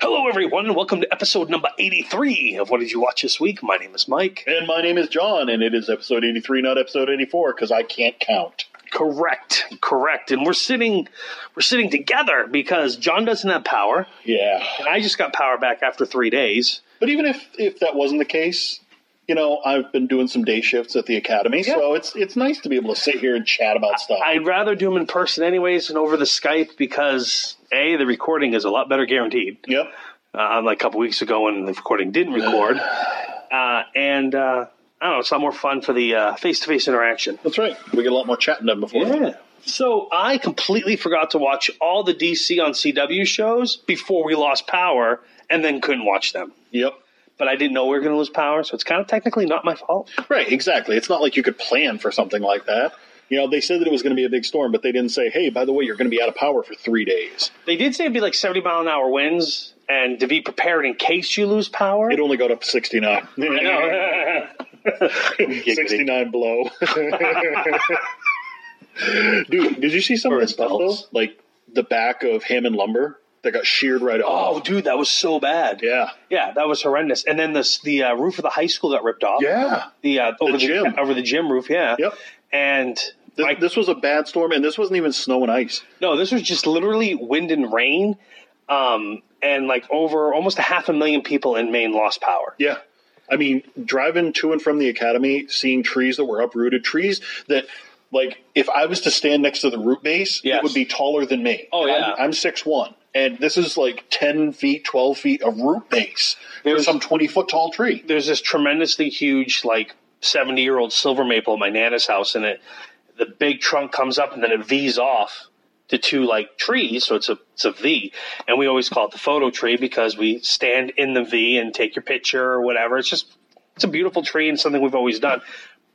Hello, everyone, and welcome to episode number 83 of What Did You Watch This Week? My name is Mike. And my name is John, and it is episode 83, not episode 84, because I can't count. Correct, correct. And we're sitting we're sitting together because John doesn't have power, Yeah. and I just got power back after three days. But even if, if that wasn't the case, you know, I've been doing some day shifts at the academy, so it's it's nice to be able to sit here and chat about stuff. I'd rather do them in person anyways than over the Skype because A, the recording is a lot better guaranteed. yep. Uh, unlike a couple weeks ago when the recording didn't record. Uh, and uh, I don't know, it's a lot more fun for the uh, face-to-face interaction. That's right. We get a lot more chatting done before. Yeah. So I completely forgot to watch all the DC on CW shows before we lost power and then couldn't watch them. Yep. But I didn't know we were going to lose power, so it's kind of technically not my fault. Right, exactly. It's not like you could plan for something like that. You know, they said that it was going to be a big storm, but they didn't say, hey, by the way, you're going to be out of power for three days. They did say it'd be like 70 mile an hour winds and to be prepared in case you lose power. It only got up to 69. No. 69 blow. Dude, did you see some of this his stuff though? belts. Like the back of Hammond lumber that got sheared right off. oh, dude, that was so bad. yeah, Yeah, that was horrendous. And then this, the uh, roof of the high school got ripped off. yeah. The, uh, over the, gym. over the gym roof, yeah. Yep. And This, I- this was a bad storm, and this wasn't even snow and ice. No, this was just literally wind and rain. Um, and like over almost a half a million people in Maine lost power. Yeah. I mean, driving to and from the academy, seeing trees that were uprooted, trees that, like, if I was to stand next to the root base, Yes. it would be taller than me. Oh, yeah. I'm, I'm 6'1, and this is like 10 feet, 12 feet of root base for There's- some 20 foot tall tree. There's this tremendously huge, like 70 year old silver maple at my nana's house, and it the big trunk comes up and then it V's off to two like trees, so it's a it's a V. And we always call it the photo tree because we stand in the V and take your picture or whatever. It's just it's a beautiful tree and something we've always done.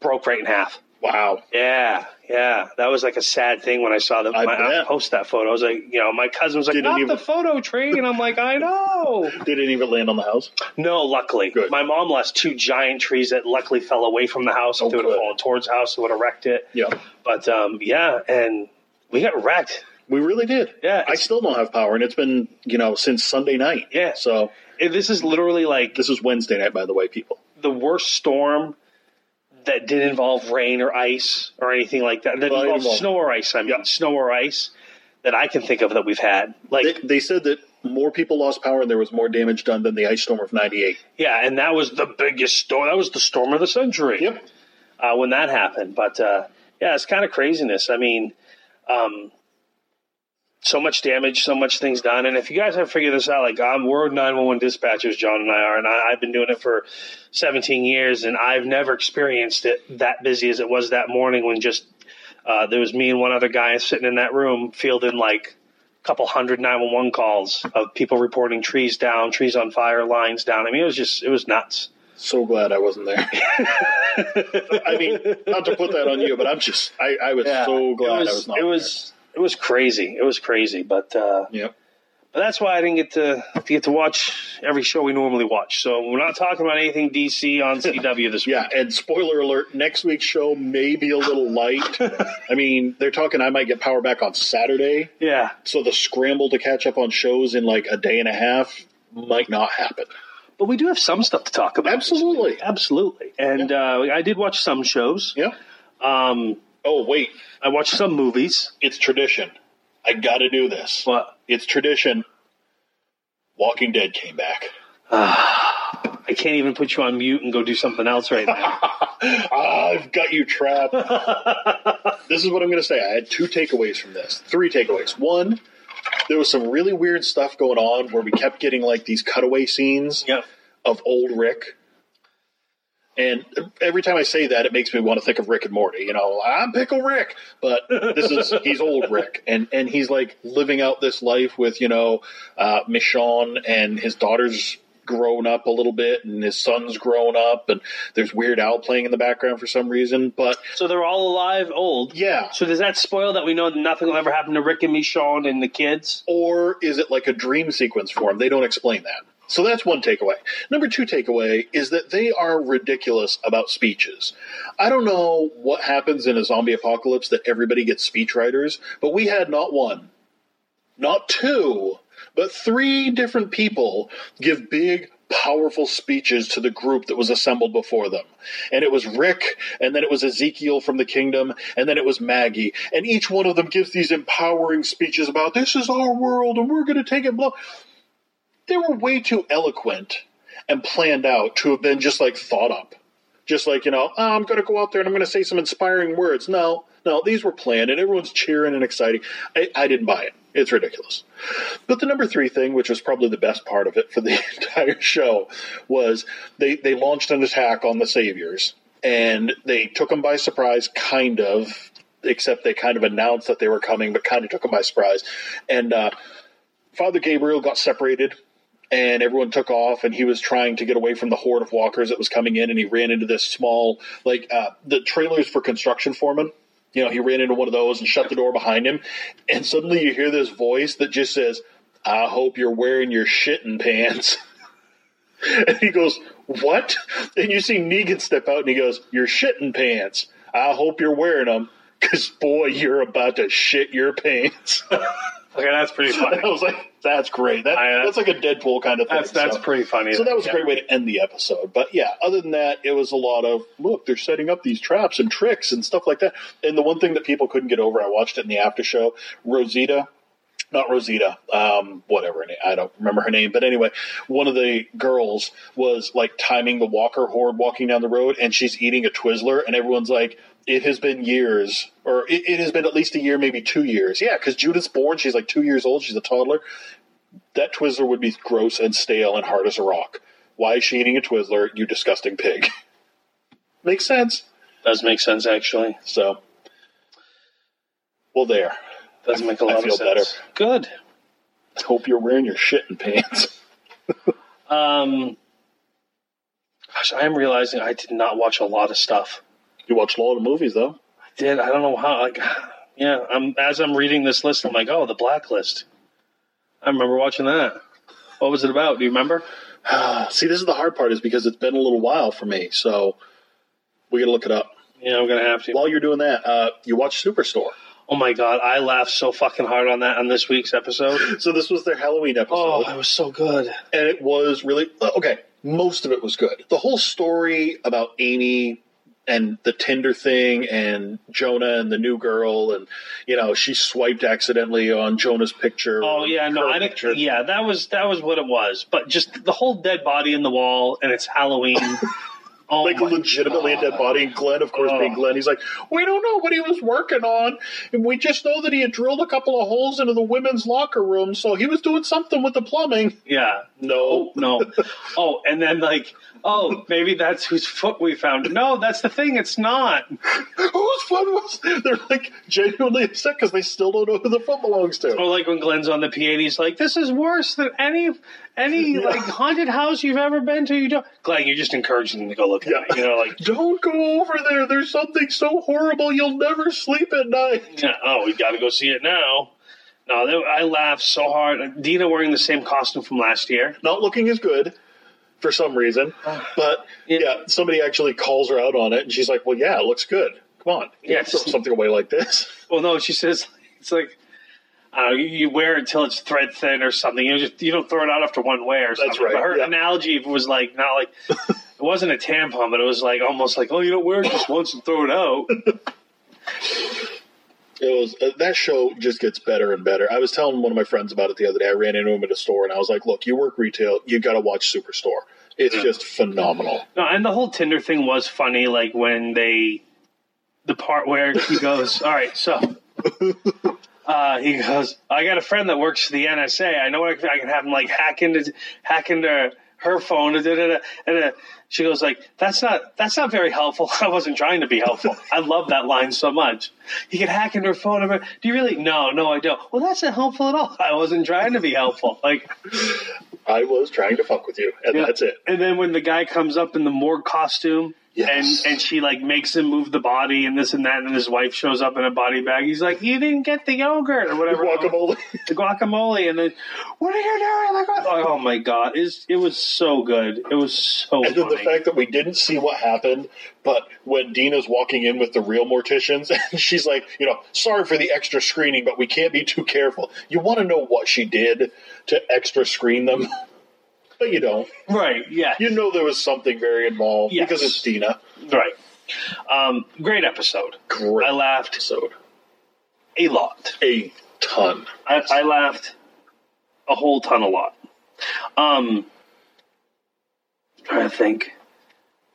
Broke right in half. Wow. Yeah, yeah, that was like a sad thing when I saw that. I my bet. aunt post that photo. I was like, you know, my cousin was like, Didn't "Not even- the photo tree," and I'm like, "I know." They didn't even land on the house. no, luckily, Good. my mom lost two giant trees that luckily fell away from the house. Oh, if they would have good. fallen towards the house, it would have wrecked it. Yeah. But um, yeah, and we got wrecked. We really did. Yeah, I it's- still don't have power, and it's been, you know, since Sunday night. Yeah. So It- This is literally like this is Wednesday night, by the way, people. the worst storm that didn't involve rain or ice or anything like that. That Well, it involved involved- snow or ice. I mean, Yep. snow or ice that I can think of that we've had. Like They, they said that more people lost power and there was more damage done than the ice storm of 98. Yeah, and that was the biggest storm. That was the storm of the century. Yep. Uh, when that happened, but uh, yeah, it's kind of craziness. I mean, um, so much damage, so much things done. And if you guys haven't figured this out, like I'm, we're 911 dispatchers, John and I are, and I, I've been doing it for 17 years, and I've never experienced it that busy as it was that morning when just uh, there was me and one other guy sitting in that room fielding like a couple hundred 911 calls of people reporting trees down, trees on fire, lines down. I mean, it was just, it was nuts. So glad I wasn't there. I mean, not to put that on you, but I'm just, I, I was so it glad was, I was not it was, it was crazy. It was crazy, but uh, there. Yep. but that's why I didn't get to, to get to watch every show we normally watch. So we're not talking about anything DC on CW this week. Yeah, and spoiler alert, next week's show may be a little light. I mean, they're talking I might get power back on Saturday. Yeah, So the scramble to catch up on shows in like a day and a half might not happen. but we do have some stuff to talk about. Absolutely. absolutely. And uh, I did watch some shows. Yeah. Um, Oh, wait. I watched some movies, It's tradition. I got to do this. but It's tradition. Walking Dead came back. I can't even put you on mute and go do something else right now. I've got you trapped. this is what I'm going to say. I had two takeaways from this. Three takeaways. One, there was some really weird stuff going on where we kept getting like these cutaway scenes yep. of old Rick. And every time I say that, it makes me want to think of Rick and Morty. You know, I'm Pickle Rick, but this is he's old Rick, and and he's like living out this life with you know uh, Michonne and his daughter's grown up a little bit, and his son's grown up, and there's Weird Al playing in the background for some reason. But So they're all alive, old. yeah, So does that spoil that we know nothing will ever happen to Rick and me, Sean, and the kids? or is it like a dream sequence for them? They don't explain that. So that's one takeaway. Number two takeaway is that they are ridiculous about speeches. I don't know what happens in a zombie apocalypse that everybody gets speechwriters, but we had not one, not two, but three different people give big, powerful speeches to the group that was assembled before them. And it was Rick, and then it was Ezekiel from the kingdom, and then it was Maggie. And each one of them gives these empowering speeches about this is our world and we're going to take it. Blah. They were way too eloquent and planned out to have been just like thought up. Just like, you know, "Oh, I'm going to go out there and I'm going to say some inspiring words. No, no, these were planned and everyone's cheering and exciting. I, I didn't buy it. It's ridiculous. But the number three thing, which was probably the best part of it for the entire show, was they, they launched an attack on the Saviors and they took them by surprise, kind of, except they kind of announced that they were coming, but kind of took them by surprise. And uh, Father Gabriel got separated and everyone took off and he was trying to get away from the horde of walkers that was coming in and he ran into this small like uh, the trailers for construction foremen you know he ran into one of those and shut the door behind him and suddenly you hear this voice that just says i hope you're wearing your shitting pants and he goes what and you see negan step out and he goes your shitting pants i hope you're wearing them because boy you're about to shit your pants Okay, that's pretty funny. I was like, that's great. That, I, uh, that's like a Deadpool kind of thing. That's that's so. pretty funny. So that was Yeah. a great way to end the episode. But yeah, other than that, it was a lot of look, they're setting up these traps and tricks and stuff like that. And the one thing that people couldn't get over, I watched it in the after show, Rosita. Not Rosita, um, whatever her name, I don't remember her name, but anyway, one of the girls was like timing the Walker horde walking down the road, and she's eating a Twizzler, and everyone's like, "It has been years, or it, it has been at least a year, maybe two years." Yeah, because Judith's born; she's like two years old; she's a toddler that Twizzler would be gross and stale and hard as a rock. Why is she eating a Twizzler, you disgusting pig? Makes sense. Does make sense actually. So, well, there. Does make a I lot feel of sense. Good. Hope you're wearing your shit and pants. Um, gosh, I am realizing I did not watch a lot of stuff. You watch a lot of movies, though. I did. I don't know how. Like, yeah. I'm as I'm reading this list, I'm like, oh, the Blacklist. I remember watching that. What was it about? Do you remember? Uh, See, this is the hard part, is because it's been a little while for me. So, we got to look it up. Yeah, I'm gonna have to. While you're doing that, uh, you watch Superstore. Oh my god, I laughed so fucking hard on that on this week's episode. So, this was their Halloween episode. Oh, it was so good. and it was really okay. Most of it was good. The whole story about Amy and the Tinder thing, and Jonah and the new girl, and you know she swiped accidentally on Jonah's picture. Oh yeah, no, her I picture. didn't. Yeah, that was that was what it was. But just the whole dead body in the wall, and it's Halloween. oh Like my legitimately a dead body, and Glenn, of course, being Oh. Glenn, he's like, we don't know what he was working on, and we just know that he had drilled a couple of holes into the women's locker room, so he was doing something with the plumbing. Yeah. Oh No, no. Oh, and then like, oh, maybe that's whose foot we found. No, that's the thing. It's not. whose foot was? They're like genuinely upset because they still don't know who the foot belongs to. Or like when Glenn's on the P eight, he's like, "This is worse than any any like haunted house you've ever been to." You don't, Glenn. You're just encouraging them to go look at it. Yeah. You know, like, Don't go over there. There's something so horrible you'll never sleep at night. yeah, oh, we got to go see it now. No, they, I laughed so hard. Dina wearing the same costume from last year. Not looking as good for some reason, but Yeah. yeah, somebody actually calls her out on it, and she's like, "Well, yeah, it looks good. Come on, you Yes. don't throw something away like this." Well, no, she says it's like. Uh, you, you wear it till it's thread thin or something. You just you don't throw it out after one wear. Or something. right, But her yeah. analogy was like not like it wasn't a tampon, but it was like almost like oh you don't wear it just once and throw it out. It was uh, that show just gets better and better. I was telling one of my friends about it the other day. I ran into him at a store, and I was like, "Look, you work retail. You got to watch Superstore. It's just phenomenal." No, and the whole Tinder thing was funny. Like when they, the part where he goes, "All right, so." Uh, he goes, I got a friend that works for the NSA. I know I can, I can have him like hack into hack into her phone. Da, da, da, and uh, she goes like, "That's not that's not very helpful." I wasn't trying to be helpful. I love that line so much. You can hack into her phone. and her- Do you really? No, no, I don't. Well, that's not helpful at all. I wasn't trying to be helpful. Like, I was trying to fuck with you, and yeah. that's it. And then when the guy comes up in the morgue costume. Yes. And and she like makes him move the body and this and that and his wife shows up in a body bag. He's like, "You didn't get the yogurt or whatever." Guacamole. the guacamole, and then what are you doing? Like, what- like, oh my god, it's, it was so good. It was so And then the funny. fact that we didn't see what happened, but when Dina's walking in with the real morticians, and she's like, you know, sorry for the extra screening, but we can't be too careful. You want to know what she did to extra screen them, but you don't. right? Yeah, You know there was something very involved Yes. because it's Dina. right. Um, great episode. Great I laughed episode. a lot. A ton. I, I laughed a whole ton, a lot. Um, trying to think.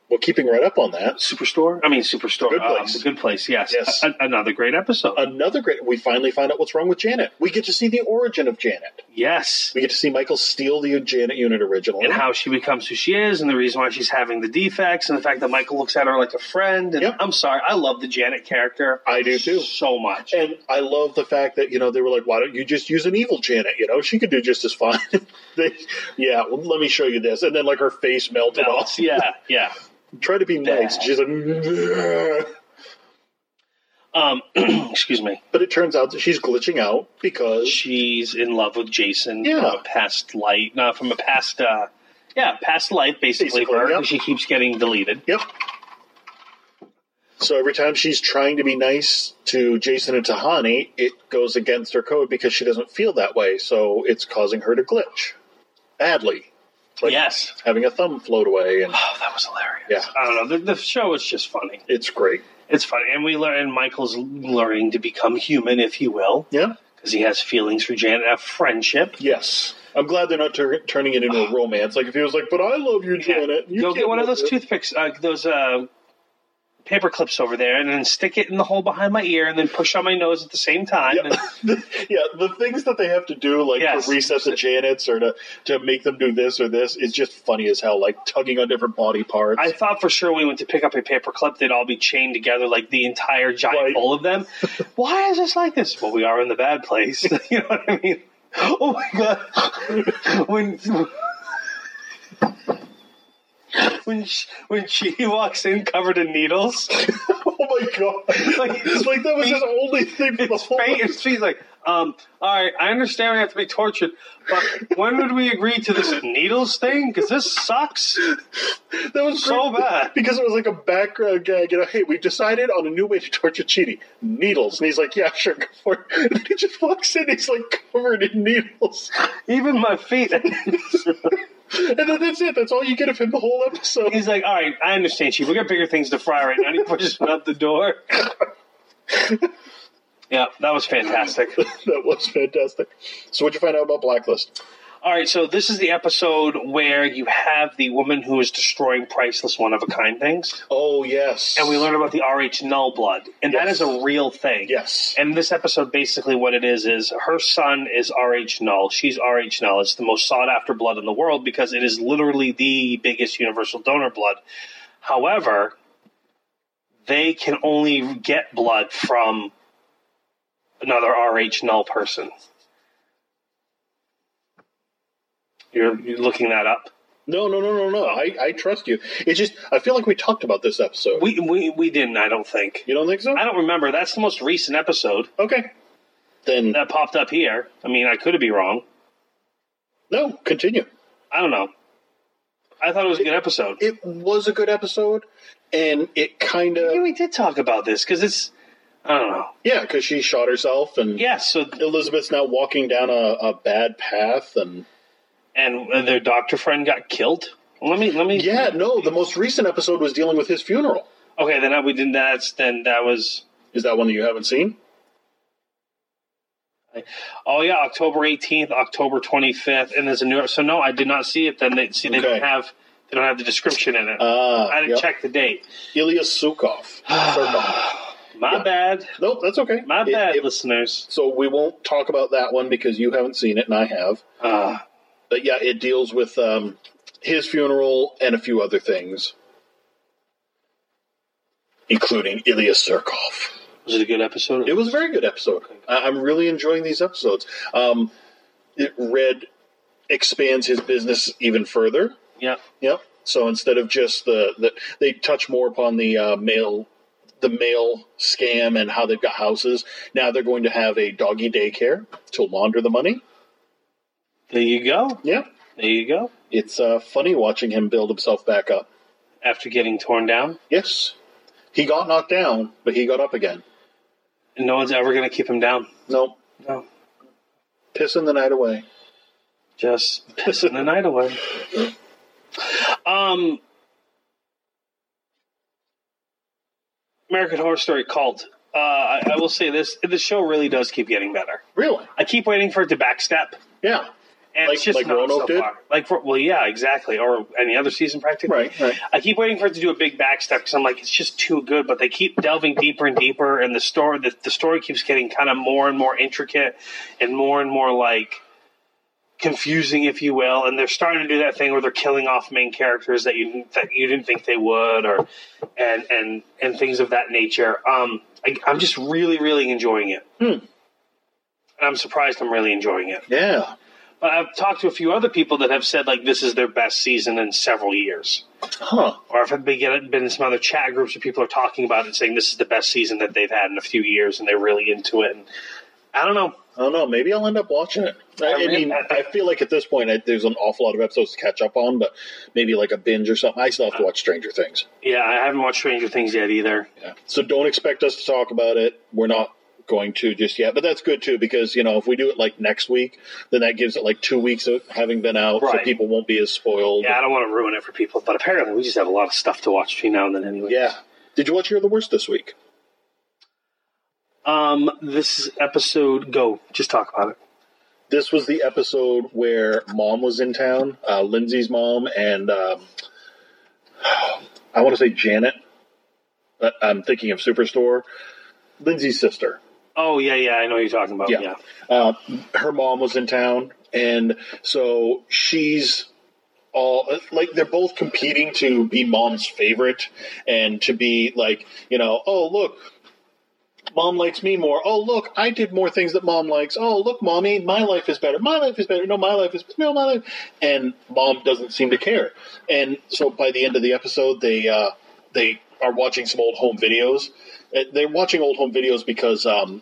Well, keeping right up on that, Superstore. I mean, Superstore. Good um, Place. good place. Yes. Yes. Uh, A- another great episode. another great. We finally find out what's wrong with Janet. We get to see the origin of Janet. yes. We get to see Michael steal the Janet unit originally. and how she becomes who she is and the reason why she's having the defects and the fact that Michael looks at her like a friend. And Yep. I'm sorry, I love the Janet character. I do, too. So much. And I love the fact that you know they were like, "Why don't you just use an evil Janet? You know, she could do just as fine." they, yeah, well, let me show you this, and then like her face melted off. yeah, yeah. Try to be nice. Bad. She's like, "Ugh." Um, excuse me. but it turns out that she's glitching out because She's in love with Jason Yeah. from a past light, not from a past. Uh, yeah, past life basically. Basically, for her, yep. 'cause She keeps getting deleted. yep. So every time she's trying to be nice to Jason and Tahani, it goes against her code because she doesn't feel that way. So it's causing her to glitch badly, Like- yes. having a thumb float away, and Oh, that was hilarious. Yeah. I don't know. The, the show is just funny. it's great. It's funny, and we learn. And Michael's learning to become human, if you will, Yeah. because he has feelings for Janet, a friendship. Yes. I'm glad they're not tur- turning it into a romance. Like if he was like, "But I love you, Yeah. Janet." You Go can't get one of love those her." toothpicks, uh, those uh, paper clips over there, and then stick it in the hole behind my ear, and then push on my nose at the same time. Yeah. And- yeah, the things that they have to do, like Yes. to reset the Janets or to to make them do this or this, is just funny as hell. Like tugging on different body parts. I thought for sure we went to pick up a paper clip, they'd all be chained together like the entire giant Right. bowl of them. Why is this like this? Well, we are in the bad place. you know what I mean? Oh my god! when when she, when she walks in covered in needles. oh my god! Like- Like, like that was his only thing for the It's whole. fate. And she's like, um, all right, I understand we have to be tortured, but when would we agree to this needles thing? Because this sucks. That was so great bad. because it was like a background gag. You know, hey, we've decided on a new way to torture Chidi: needles. And he's like, "Yeah, sure, go for it." And he just walks in. He's like covered in needles. Even my feet. And then that's it. That's all you get of him the whole episode. He's like, all right, I understand, Chief. We got bigger things to fry right now. And he pushes me out the door. yeah, that was fantastic. that was fantastic. So, what'd you find out about Blacklist? All right, so this is the episode where you have the woman who is destroying priceless one of a kind things. Oh, yes. And we learn about the RH Null Blood. And that Yes. is a real thing. Yes. And this episode, basically, what it is is her son is RH Null. She's RH Null. It's the most sought after blood in the world because it is literally the biggest universal donor blood. However, they can only get blood from another RH Null person. You're, you're looking that up. No, no, no, no, no. I, I trust you. It's just, I feel like we talked about this episode. We we we didn't. I don't think. you don't think so? I don't remember. That's the most recent episode Okay. Then, that popped up here. I mean, I could be wrong. no, continue. I don't know. I thought it was a good episode. It was a good episode, and it kind Maybe of, we did talk about this because it's. I don't know. yeah, because she shot herself, and Yeah. So Elizabeth's now walking down a, a bad path, and and their doctor friend got killed. Let me. Let me. yeah, no, the most recent episode was dealing with his funeral. Okay. Then I, we did that. Then that was. Is that one that you haven't seen? Oh yeah, October eighteenth, October twenty fifth, and there's a new. So no, I did not see it. Then they see they don't Okay. have they don't have the description in it. Uh, I didn't yep. check the date. Ilya Sukov. Surkov. My Yeah. bad. Nope, that's okay. My It- bad, it- listeners. so we won't talk about that one because you haven't seen it and I have. Uh, But yeah, it deals with um, his funeral, and a few other things, including Ilya Surkov. Was it a good episode? It was a very good episode. I- I'm really enjoying these episodes. Um, it, Red expands his business even further. Yeah. Yep. So instead of just the, the they touch more upon the uh, mail the mail scam and how they've got houses. Now they're going to have a doggy daycare to launder the money. There you go. Yeah. There you go. It's uh, funny watching him build himself back up. After getting torn down, Yes. He got knocked down, but he got up again. and no one's ever going to keep him down. No. No. Pissing the night away. Just pissing the night away. Um, American Horror Story cult. Uh, I, I will say this: the show really does keep getting better. Really? I keep waiting for it to backstep, Yeah. and Like- it's just like not Roanoke so did? far. Like, for, well, yeah, exactly, or any other season practically. Right, right. I keep waiting for it to do a big backstep because I'm like, it's just too good. But they keep delving deeper and deeper, and the story the, the story keeps getting kind of more and more intricate, and more and more like confusing, if you will. And they're starting to do that thing where they're killing off main characters that you didn't- that you didn't think they would, or and and and things of that nature. Um, I, I'm just really, really enjoying it. Hmm. And I'm surprised I'm really enjoying it. Yeah. But I've talked to a few other people that have said like this is their best season in several years Huh. or if I've been, getting- been in some other chat groups where people are talking about it and saying this is the best season that they've had in a few years and they're really into it. And I don't know. I don't know. Maybe I'll end up watching it. I, I mean, I feel like at this point I, there's an awful lot of episodes to catch up on, but maybe like a binge or something. I still have to watch Stranger Things. Yeah, I haven't watched Stranger Things yet either. Yeah. So don't expect us to talk about it. We're not going to just yet, but that's good too because you know if we do it like next week, then that gives it like two weeks of having been out, so Right. people won't be as spoiled. Yeah, I don't want to ruin it for people, but apparently we just have a lot of stuff to watch between now and then anyway. Yeah. Did you watch You're the Worst this week? Um, this is episode go. Just talk about it. This was the episode where mom was in town, uh, Lindsay's mom, and um, I want to say Janet. but I'm thinking of Superstore. Lindsay's sister. Oh yeah, yeah, I know what you're talking about. Yeah. Yeah. Uh, her mom was in town, and so she's all like they're both competing to be mom's favorite and to be like, you know, oh, look. Mom likes me more. Oh, look, I did more things that mom likes. Oh, look, mommy, my life is better. My life is better. No, my life is no, my life. And mom doesn't seem to care. And so by the end of the episode, they uh, they are watching some old home videos. Uh, They're watching old home videos because um,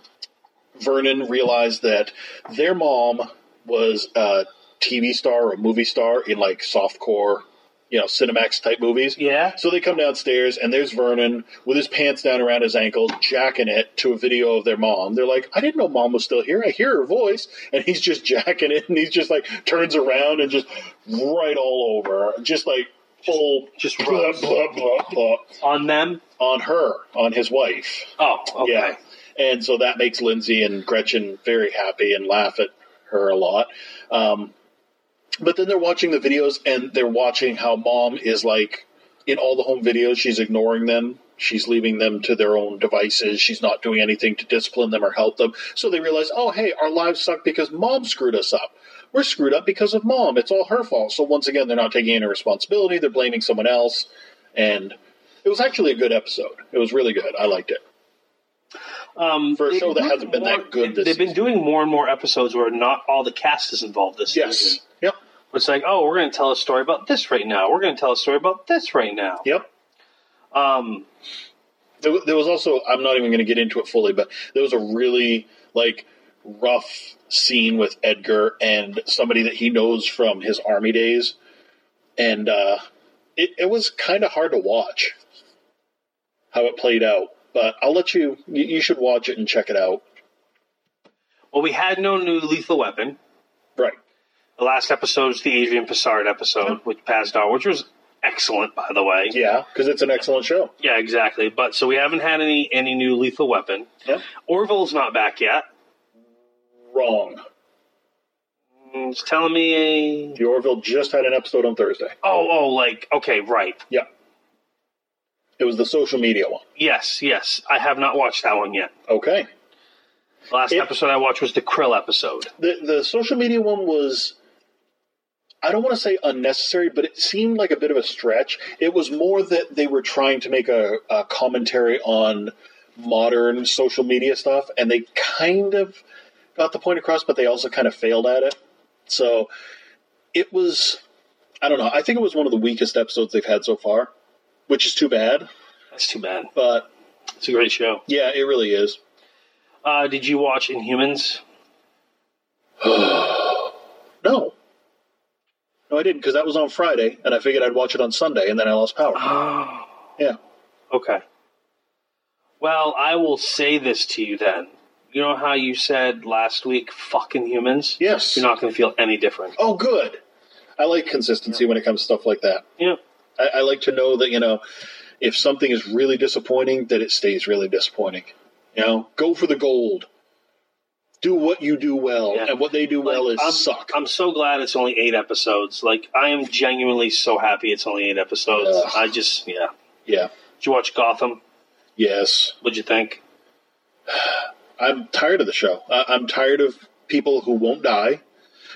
Vernon realized that their mom was a TV star or a movie star in like softcore, you know, Cinemax type movies. Yeah. So they come downstairs and there's Vernon with his pants down around his ankles, jacking it to a video of their mom. They're like, I didn't know mom was still here. I hear her voice. And he's just jacking it and he's just like turns around and just right all over. Just like full just blah, rubs. blah, blah, blah On them. on her, on his wife. Oh, okay. Yeah. And so that makes Lindsay and Gretchen very happy and laugh at her a lot. Um, but then they're watching the videos and they're watching how mom is like in all the home videos, she's ignoring them. She's leaving them to their own devices. She's not doing anything to discipline them or help them. So they realize, oh, hey, our lives suck because mom screwed us up. We're screwed up because of mom. It's all her fault. So once again, they're not taking any responsibility. They're blaming someone else. And it was actually a good episode. It was really good. I liked it. Um, For a they've show that been hasn't been more- that good this They've been doing more and more episodes where not all the cast is involved this season. Yes. Yep. It's like, oh, we're going to tell a story about this right now. We're going to tell a story about this right now. Yep. Um, There, wa- there was also I'm not even going to get into it fully, but there was a really like rough scene with Edgar and somebody that he knows from his army days, and uh, it, it was kind of hard to watch how it played out. But I'll let you, you. You should watch it and check it out. well, we had no new Lethal Weapon. Right. The last episode was the Adrian Passard episode, which passed on, which was excellent, by the way. Yeah, because it's an excellent show. Yeah, exactly. But so we haven't had any any new Lethal Weapon. Yep. Orville's not back yet. Wrong. Mm, It's telling me. The Orville just had an episode on Thursday. Oh, oh, like okay, right. Yeah. It was the social media one. Yes, yes. I have not watched that one yet. Okay. The last It- episode I watched was the Krill episode. the the social media one was I don't want to say unnecessary, but it seemed like a bit of a stretch. It was more that they were trying to make a, a commentary on modern social media stuff, and they kind of got the point across, but they also kind of failed at it. So it was, I don't know. I think it was one of the weakest episodes they've had so far, which is too bad. That's too bad. But It's a great show. yeah, it really is. Uh, did you watch Inhumans? No. No, I didn't because that was on Friday, and I figured I'd watch it on Sunday, and then I lost power. yeah. Okay. Well, I will say this to you then. You know how you said last week, fucking humans? Yes. You're not going to feel any different. Oh, good. I like consistency when it comes to stuff like that. Yeah. I, I like to know that you know if something is really disappointing, that it stays really disappointing. You know, go for the gold. Do what you do well, Yeah. and what they do well is I'm, suck. I'm so glad it's only eight episodes. Like, I am genuinely so happy it's only eight episodes. Ugh. I just, yeah. yeah. Did you watch Gotham? Yes. What'd you think? I'm tired of the show. I, I'm tired of people who won't die.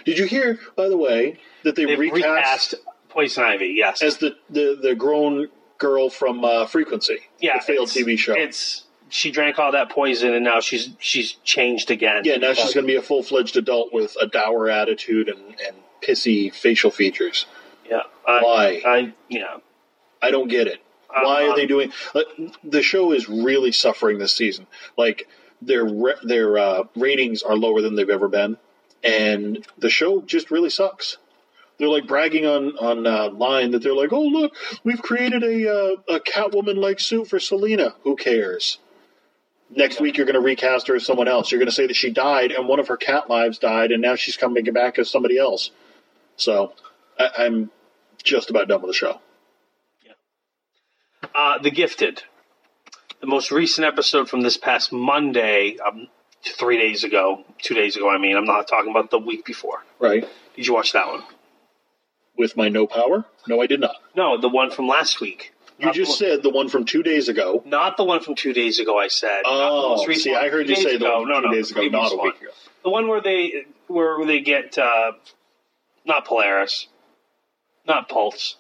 Did you hear, by the way, that they They've recast, recast Poison Ivy, yes. as the, the the grown girl from uh, Frequency, yeah, the failed it's- TV show? It's she drank all that poison and now she's she's changed again. Yeah, now she's going to be a full fledged adult with a dour attitude and, and pissy facial features. Yeah. I, Why? I yeah. I don't get it. Why Uh-huh. are they doing? like, The show is really suffering this season. Like their re- their uh, ratings are lower than they've ever been, and the show just really sucks. They're like bragging on on uh, line that they're like, "Oh look, we've created a uh, a Catwoman like suit for Selena." Who cares? Next week you're going to recast her as someone else. You're going to say that she died and one of her cat lives died, and now she's coming back as somebody else. So I- I'm just about done with the show. Uh, the Gifted, the most recent episode from this past Monday, um, three days ago, two days ago. I mean, I'm not talking about the week before. Right. Did you watch that one? with my no power? No, I did not. No, the one from last week. You Not just the, said the one from two days ago. one- not the one from two days ago. I said. Not the Oh, most recent see, one I from heard two you days say the ago. one no, two no, days the ago, previous not a week one. ago. The one where they where they get uh, not Polaris, not Pulse,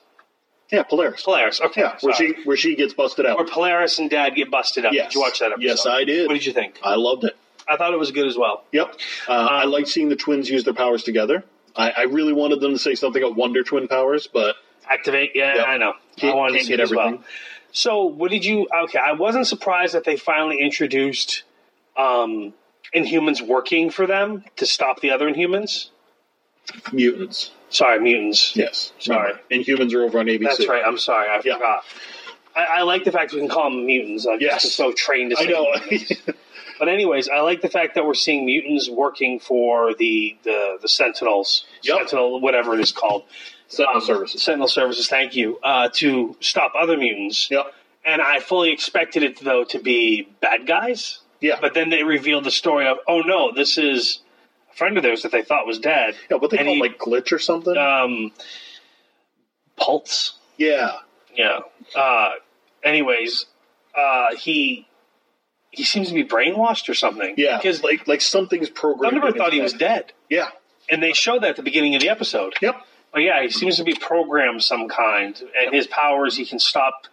Yeah, Polaris. Polaris. Okay, Yeah, where sorry. she where she gets busted where out. Polaris and Dad get busted up. Yes. Did you watch that episode? Yes, I did. What did you think? I loved it. I thought it was good as well. Yep. Uh, I liked seeing the twins use their powers together. I, I really wanted them to say something about Wonder Twin powers, but Activate. Yeah, Yep. I know. Can't- I wanted to can't see it get as well. everything. So, what did you? Okay, I wasn't surprised that they finally introduced um, Inhumans working for them to stop the other Inhumans. mutants. Sorry, mutants. Yes. Sorry. And humans are over on ABC. That's right. I'm sorry. I Yeah. forgot. I, I like the fact we can call them mutants. I'm Yes. just so trained to I say know. mutants. But anyways, I like the fact that we're seeing mutants working for the the, the Sentinels, Yep. Sentinel, whatever it is called, Sentinel Um, services. Sentinel services. Thank you uh, to stop other mutants. Yep. And I fully expected it though to be bad guys. Yeah. But then they revealed the story of oh no, this is a friend of theirs that they thought was dead. yeah, what they and call he- like glitch or something. Um, Pulse. yeah. Yeah. Uh, anyways, uh, he he seems to be brainwashed or something. Yeah. Because like like like something's programmed. Thunderbird into thought he that. was dead, Yeah. and they showed that at the beginning of the episode. Yep. But yeah, he seems to be programmed some kind, and his powers he can stop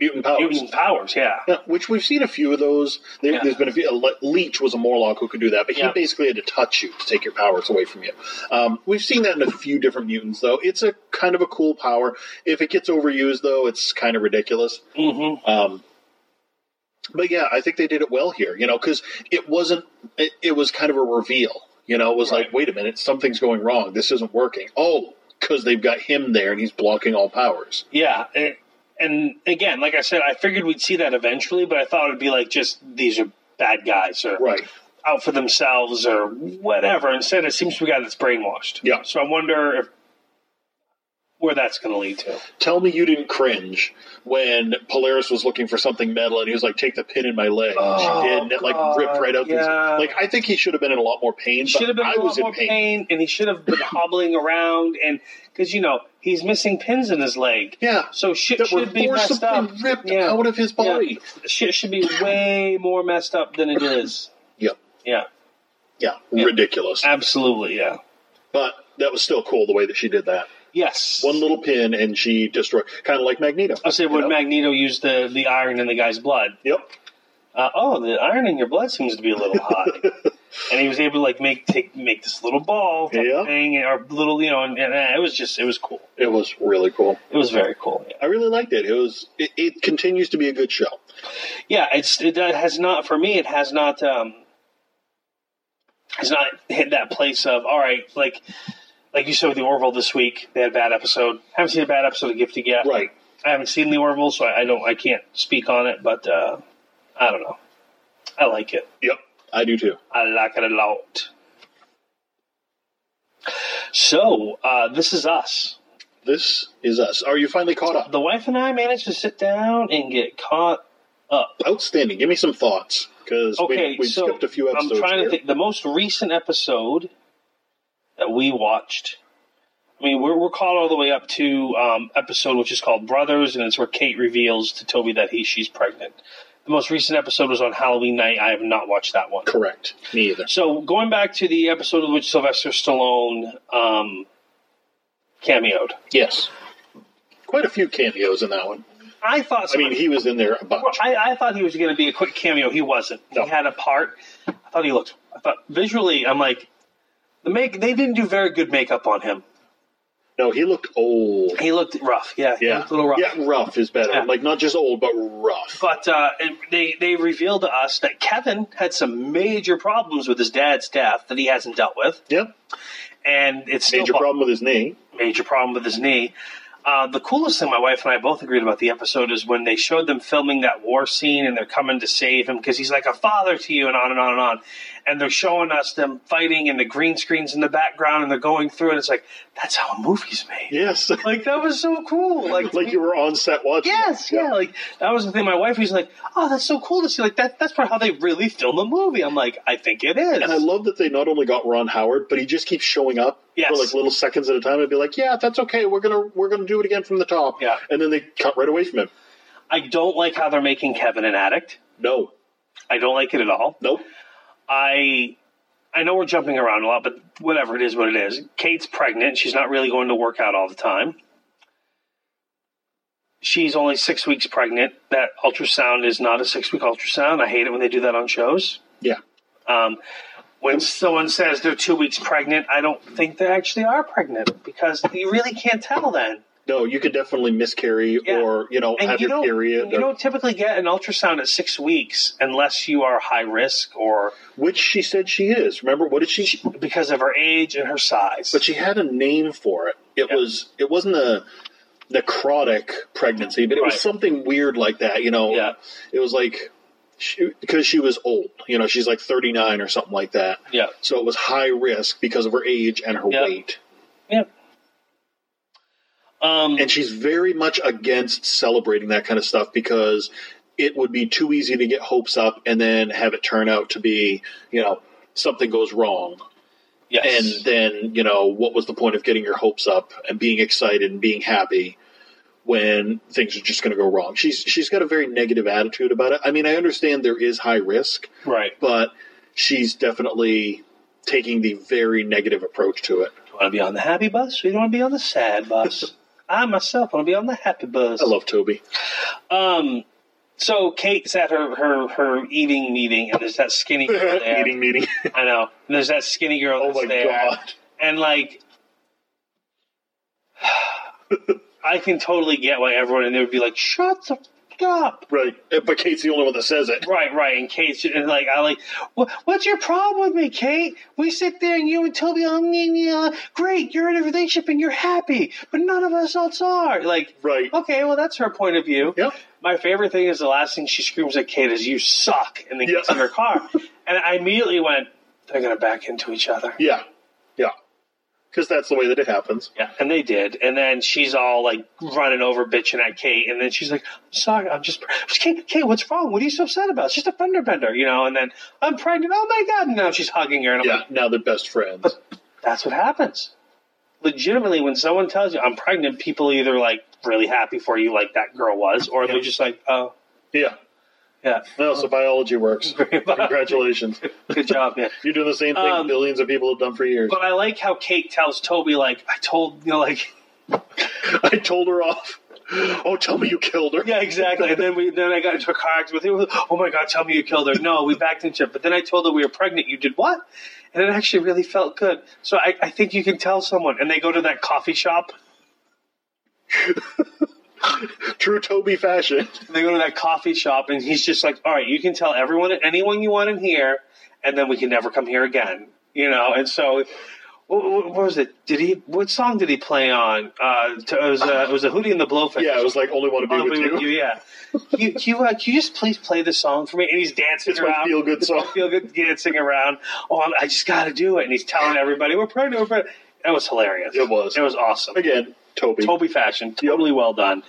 Mutant powers. mutant powers. Yeah. Yeah, which we've seen a few of those. There, Yeah. There's been a few. uh, Le- Leech was a Morlock who could do that, but Yeah. he basically had to touch you to take your powers away from you. Um, we've seen that in a few different mutants, though. It's a kind of a cool power. If it gets overused, though, it's kind of ridiculous. Mm-hmm. Um, but yeah, I think they did it well here, you know, because it wasn't, it, it was kind of a reveal, you know, it was Right. like, wait a minute, something's going wrong. This isn't working. Oh, because they've got him there and he's blocking all powers. Yeah. and- and again, like I said, I figured we'd see that eventually, but I thought it'd be like just these are bad guys or Right. out for themselves or whatever. Instead, it seems to be a guy that's brainwashed. Yeah. So I wonder if, where that's going to lead to. Tell me you didn't cringe when Polaris was looking for something metal and he was like, "Take the pin in my leg." and Oh, she did, and it like God, ripped right up. his- yeah. Like I think he should have been in a lot more pain. He but should have been I in a lot was in more pain. pain. and he should have been hobbling around, and because you know he's missing pins in his leg. Yeah, So shit that were should be messed forcibly up. ripped Yeah. out of his body. Yeah. Shit should be way more messed up than it is. Yep. Yeah. Yeah, ridiculous. Absolutely. Yeah. But that was still cool the way that she did that. Yes. One little pin and she destroyed, kind of like Magneto. I say, you would know? Magneto use the, the iron in the guy's blood? Yep. Uh, oh, the iron in your blood seems to be a little hot. and he was able to like make take make this little ball type Yeah. thing, or little you know, and, and it was just it was cool. It was really cool. It was very cool. Yeah, I really liked it. It was. It, it continues to be a good show. yeah it's it has not for me. It has not um, has not hit that place of all right, like like you said with the Orville this week. They had a bad episode. haven't seen a bad episode of Gifted yet. Right. I haven't seen the Orville, so I, I don't. I can't speak on it, but uh, I don't know. I like it. Yep. I do too. I like it a lot. So uh, this is us. This is us. Are you finally caught up? The wife and I managed to sit down and get caught up. Outstanding. Give me some thoughts because Okay, we, we so skipped a few I'm episodes. trying here. to think. The most recent episode that we watched. I mean, we're we're caught all the way up to um, episode which is called Brothers, and it's where Kate reveals to Toby that he she's pregnant. The most recent episode was on Halloween night. I have not watched that one. Correct. Me either. So going back to the episode in which Sylvester Stallone um, cameoed, Yes. Quite a few cameos in that one. I thought. I mean, somebody- he was in there a bunch. Well, I, I thought he was going to be a quick cameo. He wasn't. No. He had a part. I thought he looked. I thought visually, I'm like the make. They didn't do very good makeup on him. no, he looked old. He looked rough. Yeah, he Yeah. looked a little rough. Yeah, rough is better. Yeah. Like, not just old, but rough. But uh, it- they they revealed to us that Kevin had some major problems with his dad's death that he hasn't dealt with, yep. and it's still Major bo- problem with his knee. major problem with his knee. Uh, the coolest thing my wife and I both agreed about the episode is when they showed them filming that war scene and they're coming to save him because he's like a father to you and on and on and on. And they're showing us them fighting and the green screens in the background and they're going through and it's like, that's how a movie's made. Yes. Like, that was so cool. Like, like you were on set watching. yes, it. yeah. Like, that was the thing. My wife was like, oh, that's so cool to see. Like, that, that's probably how they really film a movie. I'm like, I think it is. And I love that they not only got Ron Howard, but he just keeps showing up Yes. for like little seconds at a time and be like, "Yeah, that's okay. We're gonna we're gonna do it again from the top." Yeah. And then they cut right away from him. I don't like how they're making Kevin an addict. No, I don't like it at all. nope. I I know we're jumping around a lot, but whatever it is, what it is. Kate's pregnant. She's not really going to work out all the time. She's only six weeks pregnant. That ultrasound is not a six week ultrasound. I hate it when they do that on shows. Yeah. Um, when someone says they're two weeks pregnant, I don't think they actually are pregnant because you really can't tell then. No, you could definitely miscarry Yeah. or you know And have you your don't, period, you or- don't typically get an ultrasound at six weeks unless you are high risk or which she said she is. Remember what did she? because of her age and her size. But she had a name for it. It Yeah. was it wasn't a necrotic pregnancy, but it was Right. something weird like that. You know, Yeah. it was like she, because she was old. You know, she's like thirty nine or something like that. yeah. So it was high risk because of her age and her Yeah. weight. Yeah. Um, And she's very much against celebrating that kind of stuff because it would be too easy to get hopes up and then have it turn out to be, you know, something goes wrong. And yes. then, you know, what was the point of getting your hopes up and being excited and being happy when things are just going to go wrong? She's she's got a very negative attitude about it. I mean, I understand there is high risk, right. but she's definitely taking the very negative approach to it. You want to be on the happy bus or you want to be on the sad bus? I myself want to be on the happy bus. I love Toby. Um, so Kate's at her, her, her eating meeting, and there's that skinny girl there. Eating meeting. I know. And there's that skinny girl Oh that's my there. god. And, like, I can totally get why everyone in there would be like, shut the f- up. Right. But Kate's the only one that says it. Right, right. And Kate, and like, I like, "Wha- what's your problem with me, Kate? We sit there and you and Toby, oh, me, me, uh, great, you're in a relationship and you're happy, but none of us else are. Like, Right. okay, well, that's her point of view. Yep. My favorite thing is the last thing she screams at Kate is, you suck, and then Yeah. gets in her car. and I immediately went, they're going to back into each other. Yeah. Yeah. Because that's the way that it happens. Yeah, and they did. And then she's all like running over, bitching at Kate. And then she's like, I'm sorry, I'm just, Kate, Kate, what's wrong? What are you so upset about? It's just a fender bender, you know? And then I'm pregnant. Oh my God. And now she's hugging her. And I'm Yeah. like, Now they're best friends. that's what happens. Legitimately, when someone tells you I'm pregnant, people either like really happy for you, like that girl was, or they're just like, oh, Yeah. Yeah. Well, so biology works. Congratulations. Good job, man. You're doing the same thing Um, billions of people have done for years. But I like how Kate tells Toby, like, I told, you know, like, I told her off. Oh, tell me you killed her. yeah, exactly. And then we, then I got into a car accident with him. Oh my God, tell me you killed her. No, we backed into it. But then I told her we were pregnant. You did what? And it actually really felt good. So I, I think you can tell someone. And they go to that coffee shop. True Toby fashion. They go to that coffee shop, and he's just like, "All right, you can tell everyone, anyone you want in here, and then we can never come here again." You know, and so. What, what was it? Did he? What song did he play on? Uh, t- it was a, it was a Hootie and the Blowfish. Yeah, it was like only want to be I'll with be you. with you. Yeah. Can you, can you, uh, can you just please play the song for me? And he's dancing It's my around. feel-good It's my song. Feel good dancing around. Oh, I'm, I just got to do it. And he's telling everybody, "We're pregnant. We're pregnant." That was hilarious. It was. It was awesome. Again, Toby. Toby fashion, totally well done.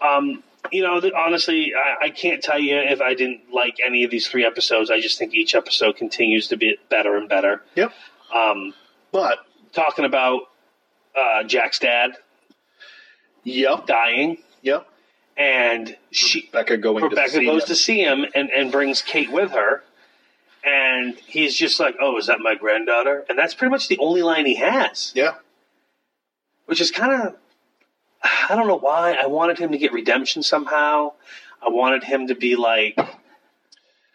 Um, you know, th- honestly, I, I can't tell you if I didn't like any of these three episodes. I just think each episode continues to be better and better. Yep. Um, But talking about uh, Jack's dad yep, dying, yep. and she Becca going to Rebecca see goes him. to see him and, and brings Kate with her, and he's just like, "Oh, is that my granddaughter?" And that's pretty much the only line he has. Yeah. which is kind of I don't know why I wanted him to get redemption somehow. I wanted him to be like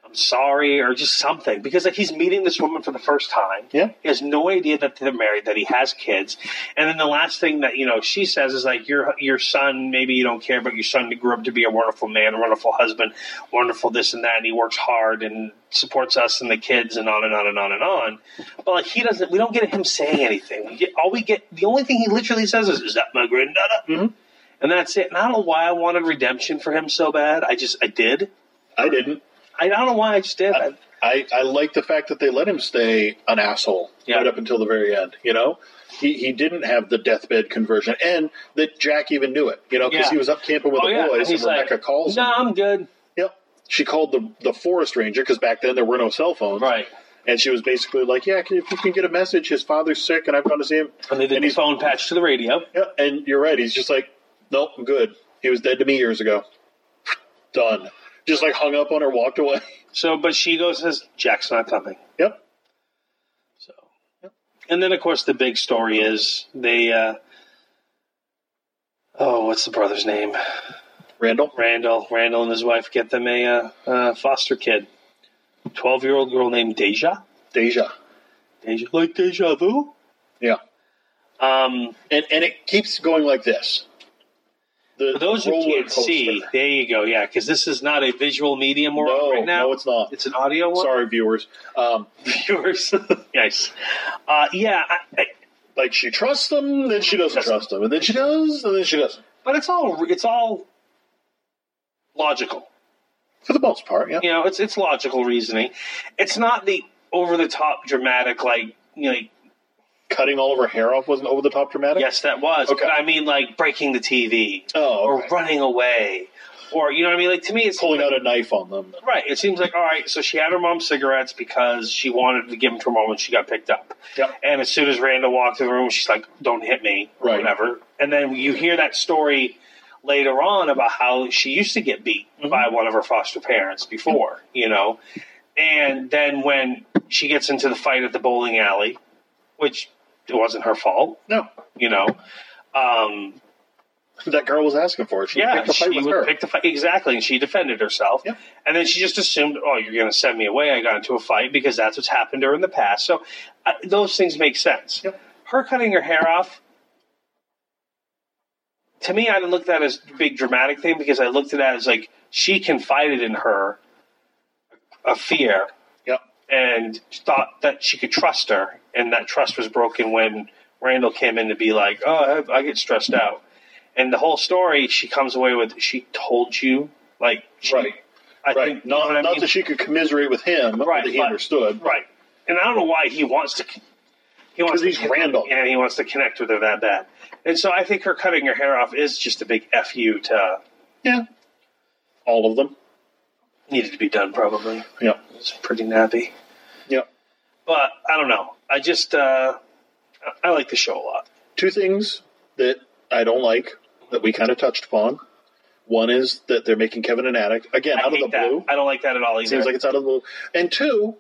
I'm sorry or just something because like he's meeting this woman for the first time. Yeah. He has no idea that they're married, that he has kids. And then the last thing that, you know, she says is like your your son, maybe you don't care, but your son grew up to be a wonderful man, a wonderful husband, wonderful this and that, and he works hard and supports us and the kids and on and on and on and on. But like he doesn't we don't get him saying anything. We get all we get the only thing he literally says is, Is that my granddaughter? And that's it. And I don't know why I wanted redemption for him so bad. I just I did. I didn't. I don't know why I just did. I, I, I like the fact that they let him stay an asshole Yeah. right up until the very end. You know, he he didn't have the deathbed conversion, and that Jack even knew it. You know, because Yeah. he was up camping with oh the yeah. boys, and, he's Rebecca like, calls No, him. I'm good. Yep. She called the the forest ranger because back then there were no cell phones, Right. And she was basically like, "Yeah, can- if you can get a message, his father's sick, and I've gone to see him." And they did And the he's- phone patch to the radio. Yeah, and you're right. He's just like, "Nope, I'm good. He was dead to me years ago. Done." Just like hung up on her, walked away. So, but she goes says Jack's not coming. Yep. So, and then of course the big story is they. Uh, oh, what's the brother's name? Randall. Randall. Randall and his wife get them a uh, uh, foster kid, twelve-year-old girl named Deja. Deja. Deja, like deja vu. Yeah. Um, And and it keeps going like this. The for those who roller can't coaster. see, there you go. Yeah, because this is not a visual medium we're no, on right now. no, it's not. It's an audio one. Sorry, viewers. Um, viewers. nice. Uh, yeah, I, I, like she trusts them, then she doesn't Doesn't. trust them, and then she does, and then she doesn't. but it's all it's all logical. For the most part, yeah. You know, it's it's logical reasoning. It's not the over the top dramatic like you know. Cutting all of her hair off wasn't over the top dramatic. Yes, that was. Okay. But I mean, like breaking the TV Oh, or okay. running away, or you know what I mean. Like to me, it's pulling out a knife on them. Right. It seems like all right. So she had her mom's cigarettes because she wanted to give them to her mom when she got picked up. Yep. And as soon as Randall walked in the room, she's like, "Don't hit me," or Right. whatever. And then you hear that story later on about how she used to get beat Mm-hmm. by one of her foster parents before, you know. And then when she gets into the fight at the bowling alley, which it wasn't her fault, No, you know. Um, that girl was asking for it. She yeah, picked a fight she with would her. pick the fight exactly, and she defended herself. Yep. And then she just assumed, "Oh, you're going to send me away. I got into a fight because that's what's happened to her in the past." So uh, those things make sense. Yep. Her cutting her hair off. To me, I didn't look at that as a big dramatic thing because I looked at that as like she confided in her a fear Yep. and thought that she could trust her, and that trust was broken when Randall came in to be like, "Oh, I, I get stressed out," and the whole story she comes away with. She told you, like, she, Right. I Right. think, you know not, what I not mean? that she could commiserate with him, Right, but that he but- understood. right. And I don't know why he wants to. He wants 'Cause to he's connect- Randall. and he wants to connect with her that bad. And so I think her cutting her hair off is just a big f you to Yeah. All of them. needed to be done. Probably Yep. it's pretty nappy, Yep. but I don't know. I just uh, I- I like the show a lot. two things that I don't like that we kind of touched upon One is that they're making Kevin an addict again I out of the hate that. blue. I don't like that at all It either. seems like it's out of the blue. And two,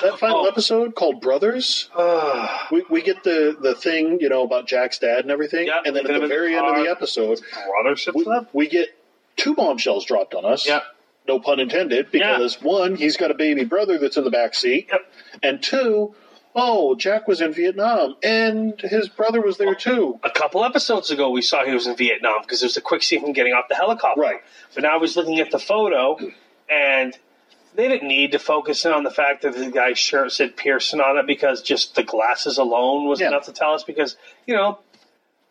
that final Oh. episode called Brothers, Ugh. we, we get the the thing you know about Jack's dad and everything, Yeah, and then leaving at him the in the very end of the car. episode, brothership we, stuff. we get two bombshells dropped on us. Yep. No pun intended, because one, he's got a baby brother that's in the back seat, Yep. and two, oh, Jack was in Vietnam, and his brother was there too. A couple episodes ago, we saw he was in Vietnam because there's a quick scene from getting off the helicopter. Right. But now I was looking at the photo, and they didn't need to focus in on the fact that the guy's shirt said Pearson on it because just the glasses alone was Yeah. enough to tell us because, you know,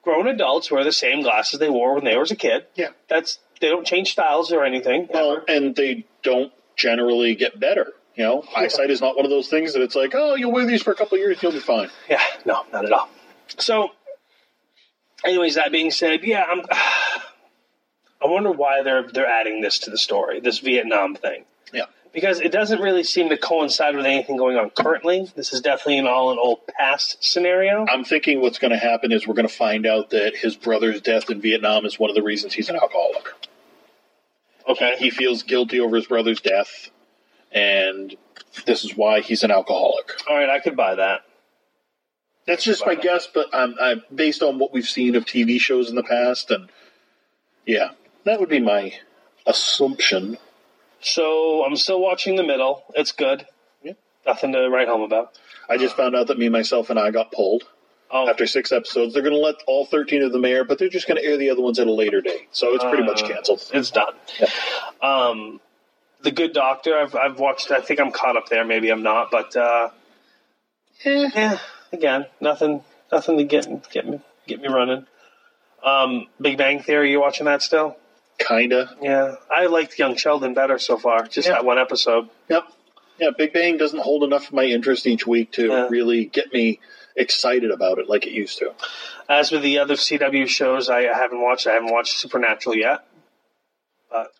grown adults wear the same glasses they wore when they was a kid. Yeah. That's they don't change styles or anything. Well, and they don't generally get better. You know, eyesight is not one of those things that it's like, oh, you'll wear these for a couple of years, you'll be fine. Yeah, no, not at all. So, anyways, that being said, yeah, I'm. I wonder why they're they're adding this to the story, this Vietnam thing, Yeah. because it doesn't really seem to coincide with anything going on currently. This is definitely an all an old past scenario. I'm thinking what's going to happen is we're going to find out that his brother's death in Vietnam is one of the reasons he's an alcoholic. Okay, He feels guilty over his brother's death, and this is why he's an alcoholic. all right, I could buy that. That's just my guess, but I'm, I'm based on what we've seen of TV shows in the past, and yeah, that would be my assumption. So I'm still watching the middle. It's good. Yeah. Nothing to write home about. I just found out that me, myself, and I got pulled. Oh, after six episodes. They're going to let all 13 of them air, but they're just going to air the other ones at a later date. So it's pretty much Uh, canceled. It's done. Um, the Good Doctor. I've I've watched. I think I'm caught up there. Maybe I'm not, but uh, Eh. yeah. Again, nothing nothing to get get me get me running. Um, Big Bang Theory. You watching that still? Kinda. Yeah, I liked Young Sheldon better so far. Just Yeah. that one episode. Yep. Yeah, Big Bang doesn't hold enough of my interest each week to Yeah. really get me excited about it like it used to. As with the other CW shows, I haven't watched. I haven't watched Supernatural yet. But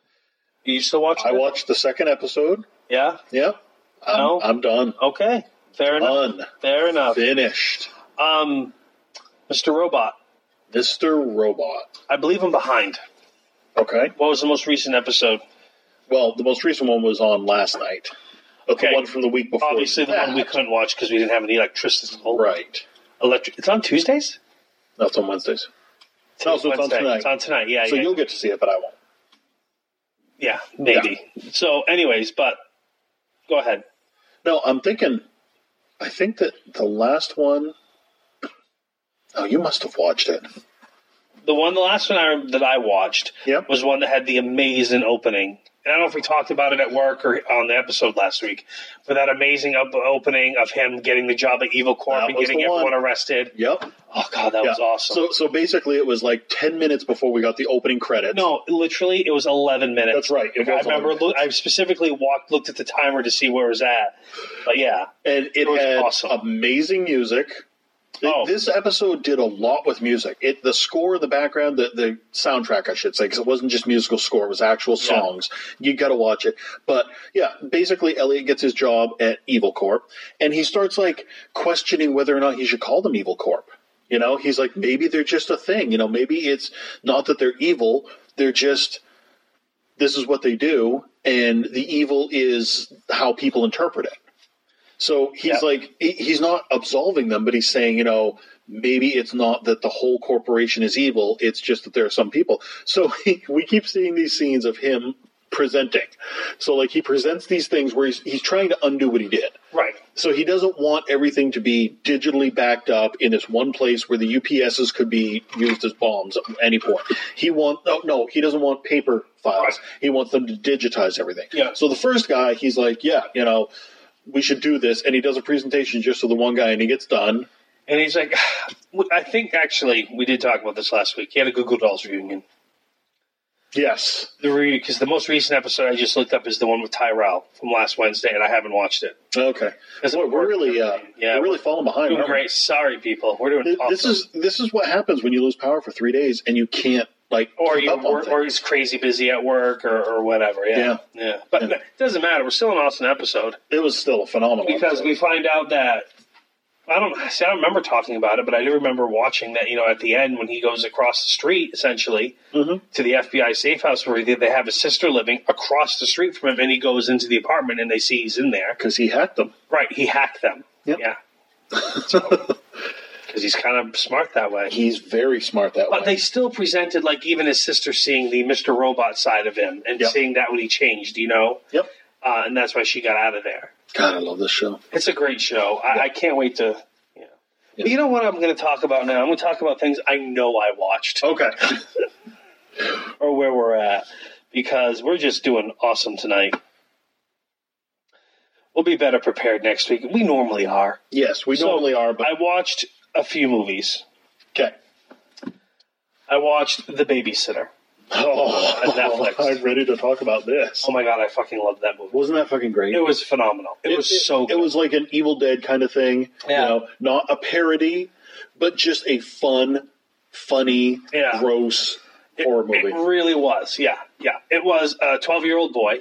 you still watching? I it? watched the second episode. Yeah. Yep. I'm, No. I'm done. Okay. Fair enough. Done. Fair enough. Finished. Um, Mr. Robot. Mr. Robot. I believe I'm behind. Okay. What was the most recent episode? Well, the most recent one was on last night. But Okay. the one from the week before. Obviously, the one we that- couldn't watch because we didn't have any electricity. Right. Electric. It's on Tuesdays. That's on Wednesdays. No, so it's on Wednesday. tonight. Oh, It's on tonight. Yeah, So yeah, you'll get to see it, but I won't. yeah. Maybe. So, anyways, but go ahead. No, I'm thinking. I think that the last one oh you must have watched it. The one, the last one I, that I watched Yep. was one that had the amazing opening. And I don't know if we talked about it at work or on the episode last week, but that amazing up- opening of him getting the job at Evil Corp That and was getting the one. everyone arrested. Yep. Oh God, that was Yeah. awesome. So, so basically, it was like ten minutes before we got the opening credits. No, literally, it was 11 minutes. That's right, it I was 11 remember. minutes. Look, I specifically walked, looked at the timer to see where it was at. But yeah, and it, was had awesome. amazing music. Th- Oh. This episode did a lot with music. It the score, the background, the, the soundtrack, I should say, because it wasn't just musical score; it was actual Yeah. songs. You got to watch it. But yeah, basically, Elliot gets his job at Evil Corp, and he starts like questioning whether or not he should call them Evil Corp. You know, he's like, maybe they're just a thing. You know, maybe it's not that they're evil; they're just this is what they do, and the evil is how people interpret it. So he's Yeah. like, he- he's not absolving them, but he's saying, you know, maybe it's not that the whole corporation is evil. It's just that there are some people. So we keep seeing these scenes of him presenting. So like he presents these things where he's, he's trying to undo what he did. right. So he doesn't want everything to be digitally backed up in this one place where the UPSs could be used as bombs at any point. He want no, no, he doesn't want paper files. Right. He wants them to digitize everything. Yeah. So the first guy, he's like, yeah, you know, we should do this, and he does a presentation just to the one guy, and he gets done. And he's like, I think actually we did talk about this last week. He had a Google Dolls reunion. Yes. The because the most recent episode I just looked up is the one with Tyrell from last Wednesday, and I haven't watched it. Okay. Doesn't Boy, we're work. really, uh, Yeah, we're really we're falling behind. Doing aren't we? great. Sorry, people. We're doing. Th- This awesome. is this is what happens when you lose power for three days and you can't like or keep you up on wor- things. or he's crazy busy at work or, or whatever. Yeah, yeah. But Yeah. it doesn't matter. We're still an awesome episode. it was still a phenomenal because episode. we find out that I don't see. I don't remember talking about it, but I do remember watching that. You know, at the end when he goes across the street, essentially Mm-hmm. to the FBI safe house where he did, they have his sister living across the street from him, and he goes into the apartment and they see he's in there. because he hacked them. Right, he hacked them. Yep. Yeah, because he's kind of smart that way. He's very smart that Mm-hmm. But way. they still presented like even his sister seeing the Mr. Robot side of him and Yep. seeing that when he changed, you know, yep. uh, and that's why she got out of there. God, I love this show. It's a great show. I, I can't wait to. You know. Yeah. But you know what I'm going to talk about now? I'm going to talk about things I know I watched Okay. or where we're at because we're just doing awesome tonight. We'll be better prepared next week. We normally are. yes, we So, normally are, but I watched a few movies. okay. I watched The Babysitter. Oh, Netflix. I'm ready to talk about this. Oh my god, I fucking loved that movie. Wasn't that fucking great? It was phenomenal. It, was so good. It was like an Evil Dead kind of thing. Yeah. You know, not a parody, but just a fun, funny, Yeah. gross horror movie. It really was. Yeah, yeah. It was a 12 year old boy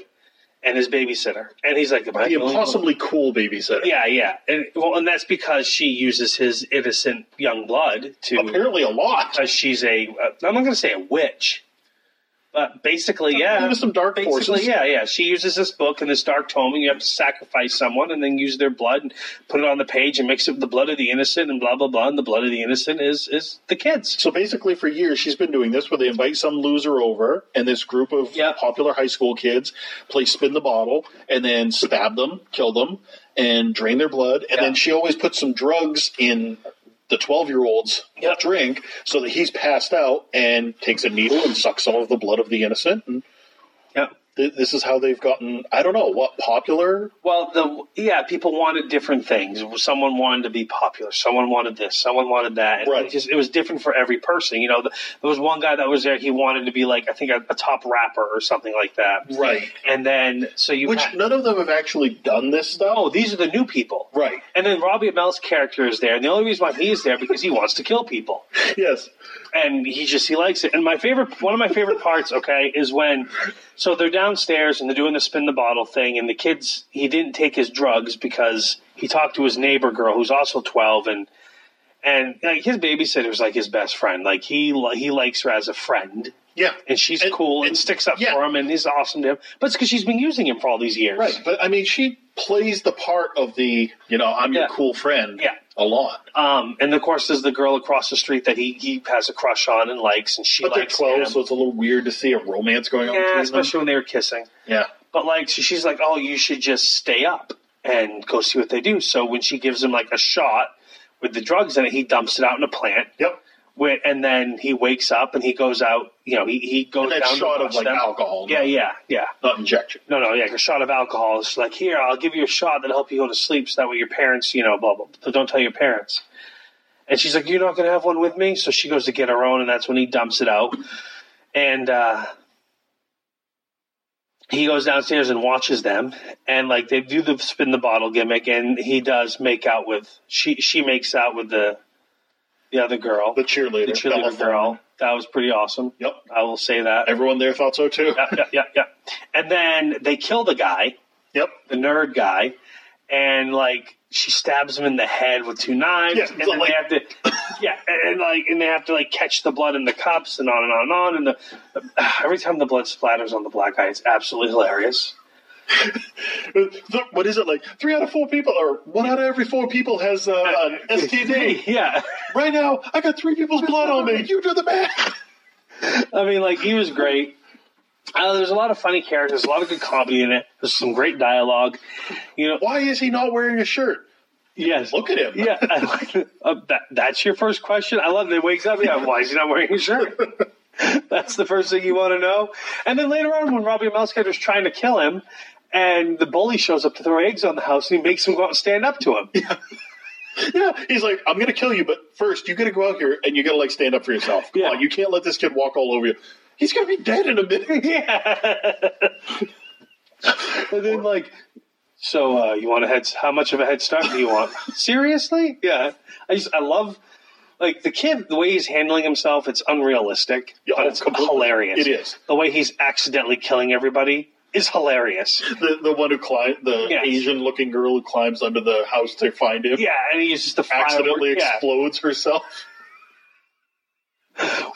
and his babysitter, and he's like, "Am I the only one?" impossibly cool babysitter. Yeah, yeah. And well, and that's because she uses his innocent young blood to. Apparently a lot. Because she's a. Uh, I'm not going to say a witch, but basically, yeah. There's some dark Basically, forces. yeah, yeah. She uses this book and this dark tome, and you have to sacrifice someone and then use their blood and put it on the page and mix it with the blood of the innocent and blah blah blah. And the blood of the innocent is is the kids. So basically, for years, she's been doing this where they invite some loser over, and this group of Yeah. popular high school kids play spin the bottle and then stab them, kill them, and drain their blood. And Yeah. then she always puts some drugs in the 12 year old's Yeah. drink so that he's passed out and takes a needle and sucks some of the blood of the innocent. And Yeah. th- this is how they've gotten, I don't know, what popular? Well, the yeah, people wanted different things. Someone wanted to be popular. Someone wanted this. Someone wanted that. And Right. It, just, it was different for every person. You know, the, there was one guy that was there. He wanted to be like I think a, a top rapper or something like that. Right. And then so you Which had- none of them have actually done this stuff. oh these are the new people. Right. And then Robbie Amell's character is there, and the only reason why he's there because he wants to kill people, Yes. and he just he likes it. And my favorite, one of my favorite parts, okay, is when so they're downstairs and they're doing the spin the bottle thing, and the kids he didn't take his drugs because he talked to his neighbor girl who's also twelve, and and like his babysitter's like his best friend, like he li- he likes her as a friend, Yeah. and she's And- cool and, and- sticks up yeah. for him, and is awesome to him. But it's because she's been using him for all these years, Right, but I mean, she plays the part of the you know I'm Yeah. your cool friend Yeah. a lot. Um, and of course, there's the girl across the street that he he has a crush on and likes, and she But they're likes 12, him. so it's a little weird to see a romance going on yeah, between especially when they were kissing. them. Yeah, But like, so she's like, "Oh, you should just stay up and go see what they do." So when she gives him like a shot with the drugs in it, he dumps it out in a plant. yep. Wh- And then he wakes up and he goes out. You know, he he goes That down shot to watch of like them. alcohol, Yeah, not, yeah, yeah. not injection. No, no, yeah, like a shot of alcohol. It's like, here, I'll give you a shot that'll help you go to sleep so that way your parents, you know, blah, blah. So don't tell your parents. And she's like, you're not going to have one with me? So she goes to get her own, and that's when he dumps it out. And uh, he goes downstairs and watches them. And, like, they do the spin the bottle gimmick, and he does make out with, she, she makes out with the the other girl, The cheerleader, the Bella cheerleader Thorne. girl. That was pretty awesome. Yep. I will say that. Everyone there thought so too. Yeah, yeah, yeah, yeah. And then they kill the guy Yep. the nerd guy, and like she stabs him in the head with two knives, Yeah, and so, then like- they have to, yeah, and, and, like and they have to like catch the blood in the cups and on and on and on, and the every time the blood splatters on the black guy, it's absolutely hilarious. Th- What is it like? Three out of four people, or one out of every four people has uh, an STD. Yeah, right now, I got three people's blood on me. You do the math. I mean, like he was great. Uh, there's a lot of funny characters, a lot of good comedy in it. There's some great dialogue. You know, Why is he not wearing a shirt? yes, Look at him. yeah, I like- uh, that, that's your first question. I love that it wakes up. Yeah, why is he not wearing a shirt? that's the first thing you want to know. And then later on, when Robbie Mousecat is trying to kill him, and the bully shows up to throw eggs on the house, and he makes him go out and stand up to him. Yeah, he's like, I'm gonna kill you, but first you gotta go out here and you gotta like stand up for yourself. Come Yeah. on, you can't let this kid walk all over you. He's gonna be dead in a minute. yeah. and then like, so uh, you want a head? How much of a head start do you want? Seriously? Yeah. I just I love like the kid. The way he's handling himself, it's unrealistic, Yeah, but oh, it's completely. hilarious. It is. the way he's accidentally killing everybody. is hilarious. The the one who climb the Yes. Asian looking girl who climbs under the house to find him Yeah, and he's just a accidentally firework- yeah. explodes herself.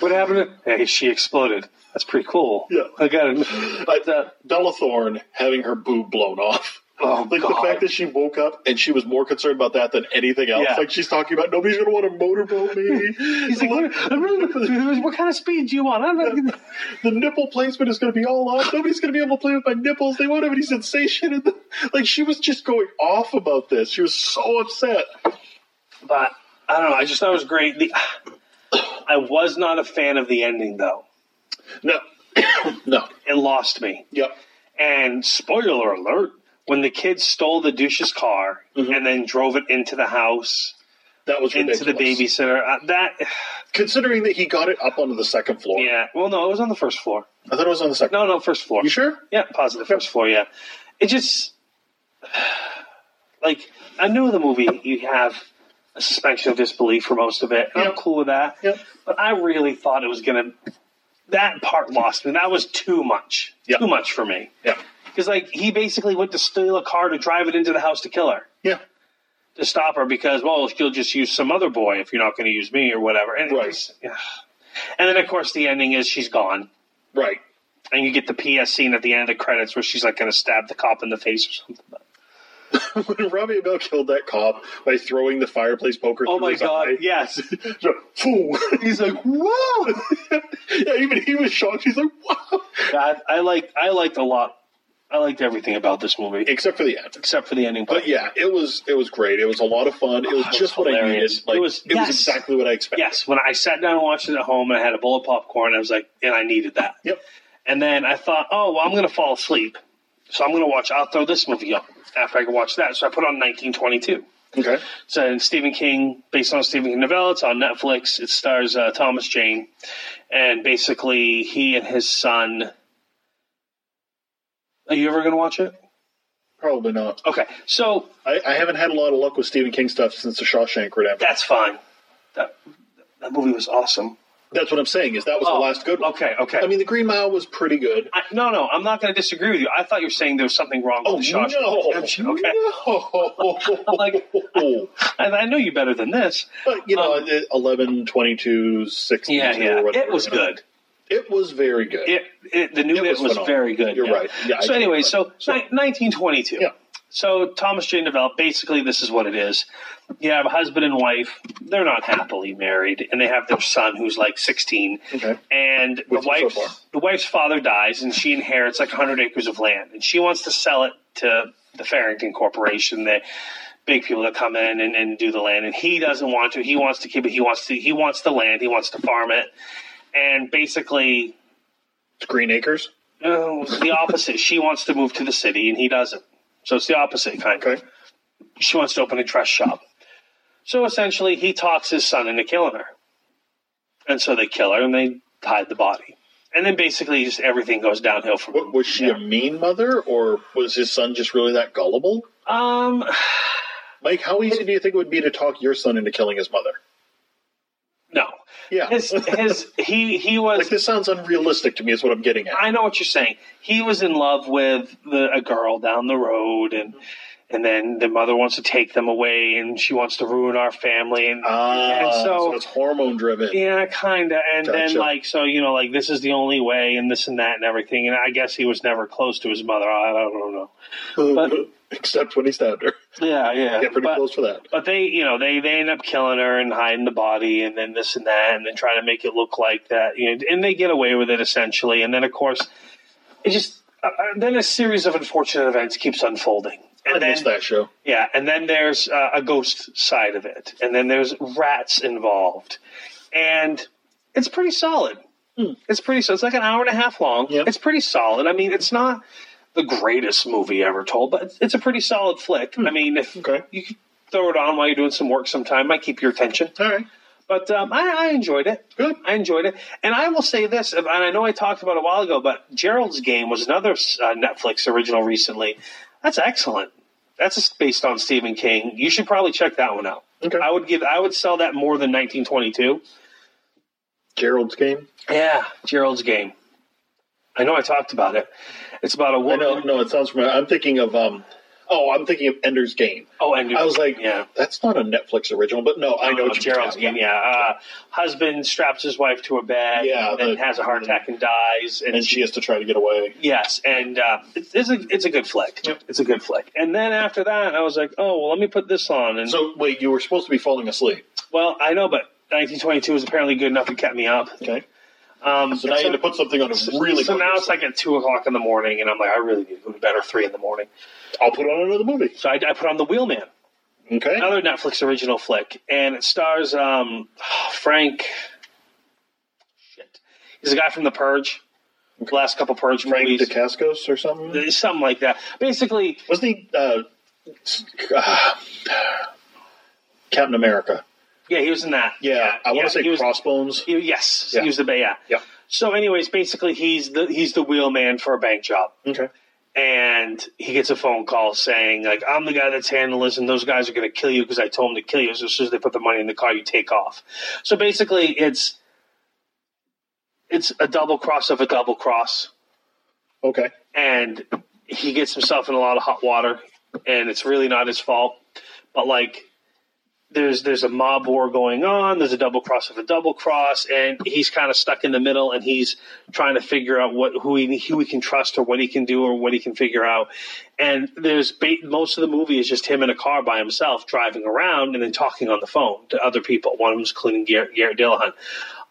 What happened? To, hey, she exploded. That's pretty cool. Yeah. I got it. But uh, Bella Thorne having her boob blown off. oh Like god, the fact that she woke up and she was more concerned about that than anything else. Yeah. Like she's talking about nobody's gonna want to motorboat me. he's like, what, I'm really- what kind of speed do you want? I'm not, the nipple placement is going to be all off. Nobody's going to be able to play with my nipples. They won't have any sensation. in the, like she was just going off about this. She was so upset. but I don't know. I just thought it was great. The, I was not a fan of the ending though. No, no, It lost me. yep, And spoiler alert: when the kids stole the douche's car Mm-hmm. and then drove it into the house, that was ridiculous. into the babysitter, uh, that Considering that he got it up onto the second floor. yeah. Well, no, it was on the first floor. I thought it was on the second. No, no, first floor. You sure? Yeah, positive first floor. Yeah, it just like I know the movie you have a suspension of disbelief for most of it. and I'm Yeah. cool with that. Yep. But I really thought it was gonna. That part lost me. That was too much. Yeah. Too much for me. Yeah, Because like he basically went to steal a car to drive it into the house to kill her yeah, to stop her because well she'll just use some other boy if you're not going to use me or whatever. And it Right. just- yeah. And then of course the ending is she's gone right. and you get the PS scene at the end of the credits where she's like going to stab the cop in the face or something. When Robbie Bell killed that cop by throwing the fireplace poker. Oh through my his god! eye, Yes, he's like, "Fool." he's like, "Whoa!" yeah, even he was shocked. He's like, "Wow!" I, I liked, I liked a lot. I liked everything about this movie Except for the end. except for the ending. But yeah, it was it was great. It was a lot of fun. It was it Oh, was just what I needed. hilarious. Like, It it was- was, yes. exactly what I expected. yes, when I sat down and watched it at home, and I had a bowl of popcorn. I was like, and I needed that. Yep. And then I thought, oh, well, I'm going to fall asleep, so I'm going to watch. I'll throw this movie on after I can watch that. So I put on 1922. Okay. So in Stephen King, based on a Stephen King novella, it's on Netflix. It stars uh, Thomas Jane, and basically he and his son. Are you ever going to watch it? Probably not. Okay, so I, I haven't had a lot of luck with Stephen King stuff since the Shawshank Redemption. that's fine. That that movie was awesome. That's what I'm saying. Is that was Oh, the last good one? Okay, okay. I mean, The Green Mile was pretty good. I, no, no, I'm not going to disagree with you. I thought you were saying there was something wrong with Oh the Shawshank no! Redemption. Okay, No. Like- I, I know you better than this. but you know, Um, it- 11, 22, 62 Yeah, yeah. or whatever. It was you know. good. It was very good. It, it the new it was, was phenomenal. very good. You're yeah. right. Yeah, I so can't anyway, remember. so, So- ni- 1922. yeah. So Thomas Jane developed basically this is what it is. You have a husband and wife. They're not happily married, and they have their son who's like 16. Okay. And the With you so wife's far. the wife's father dies, and she inherits like 100 acres of land, and she wants to sell it to the Farrington Corporation. The big people that come in and, and do the land, and he doesn't want to. He wants to keep it. He wants to. He wants the land. He wants to farm it, and basically It's Green Acres. no, it's the opposite. she wants to move to the city and he doesn't. So it's the opposite kind. Okay. She wants to open a dress shop. So essentially, he talks his son into killing her. And so they kill her and they hide the body. And then basically, just everything goes downhill from What, was she a mean mother, or was his son just really that gullible? Um, Mike, how easy do you think it would be to talk your son into killing his mother? no. Yeah. His, his, he, he was. Like this sounds unrealistic to me. Is what I'm getting at. I know what you're saying. He was in love with the, a girl down the road, and and then the mother wants to take them away, and she wants to ruin our family, and, Ah, and so, it's hormone driven. Yeah, kind of. And then, Gotcha. like, so, you know, like, this is the only way and this and that and everything. And I guess he was never close to his mother. I don't, I don't know. but- Except when he stabbed her. Yeah, yeah. Yeah, pretty but, close for that. but they, you know, they, they end up killing her and hiding the body and then this and that and then trying to make it look like that. You know, and they get away with it essentially. And then, of course, it just, uh, uh, then a series of unfortunate events keeps unfolding. And I then, missed that show. Yeah, and then there's uh, a ghost side of it, and then there's rats involved, and it's pretty solid. It's pretty so. It's like an hour and a half long. Yep. It's pretty solid. I mean, it's not the greatest movie ever told, but it's, it's a pretty solid flick. I mean, if Okay. you could throw it on while you're doing some work sometime, might keep your attention. All right. But um, I, I enjoyed it. Good. I enjoyed it, and I will say this, and I know I talked about it a while ago, but Gerald's Game was another uh, Netflix original recently. That's excellent. That's based on Stephen King. You should probably check that one out. Okay. I would give. I would sell that more than 1922. Gerald's game. Yeah, Gerald's Game. I know I talked about it. It's about a I woman. know, no, it sounds familiar. I'm thinking of um. Oh, I'm thinking of Ender's Game. Oh, and I was like, yeah. that's not a Netflix original, but no, I know Oh, what you're Gerald's talking game. about. Yeah, uh, husband straps his wife to a bed, Yeah, and then the- has a heart attack and dies, and, And she has to try to get away. yes, and uh, it's, it's a it's a good flick. Yep. It's a good flick. And then after that, I was like, oh well, let me put this on. And So wait, you were supposed to be falling asleep. well, I know, but 1922 was apparently good enough. It kept me up. Okay. Um, So now you had to put something on a really. so quick now it's sleep. like at two o'clock in the morning, and I'm like, I really need to go to bed or three in the morning. I'll put on another movie. So I, I put on The Wheelman, Okay. another Netflix original flick, and it stars um, Frank. Shit, he's a guy from The Purge, the last couple Purge Frank movies, DeCascos or something. something like that. Basically, Wasn't he uh, s- uh, Captain America? yeah, he was in that. Yeah, I want yeah, to say he was- Crossbones. he- yes, Yeah. he was the yeah. Yeah. So, anyways, basically, he's the he's the wheelman for a bank job. Okay. and he gets a phone call saying like i'm the guy that's handling this and those guys are going to kill you because i told them to kill you so as soon as they put the money in the car you take off so basically it's it's a double cross of a double cross Okay. Mm-hmm. and he gets himself in a lot of hot water and it's really not his fault but like there's there's a mob war going on there's a double cross of a double cross and he's kind of stuck in the middle and he's trying to figure out what who he who he can trust or what he can do or what he can figure out and there's ba- most of the movie is just him in a car by himself driving around and then talking on the phone to other people one of them's including Garrett, Garrett Dillahunt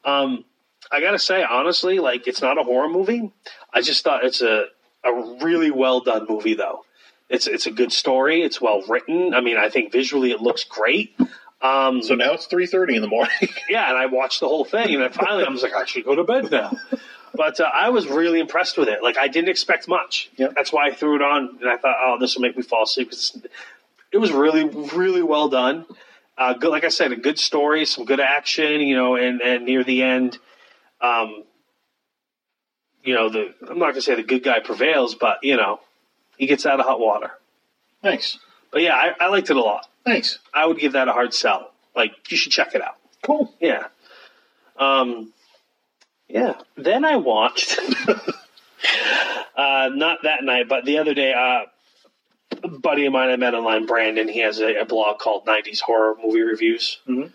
um I gotta say, honestly, like it's not a horror movie. I just thought it's a a really well done movie, though. It's it's a good story. It's well written. I mean, I think visually it looks great. Um, So now it's three thirty in the morning. yeah, and I watched the whole thing, and then finally I was like, I should go to bed now. But uh, I was really impressed with it. Like I didn't expect much. Yeah. That's why I threw it on, and I thought, oh, this will make me fall asleep. 'Cause it's- It was really, really well done. Uh, good, like I said, a good story, some good action, you know, and, and near the end, um, you know, the I'm not gonna say the good guy prevails, but you know, he gets out of hot water. Thanks. But yeah, I, I liked it a lot. Thanks. I would give that a hard sell. Like you should check it out. Cool. Yeah. Um, yeah. Then I watched, uh, not that night, but the other day, uh, a buddy of mine I met online, Brandon, he has a, a blog called 90s Horror Movie Reviews. Mhm.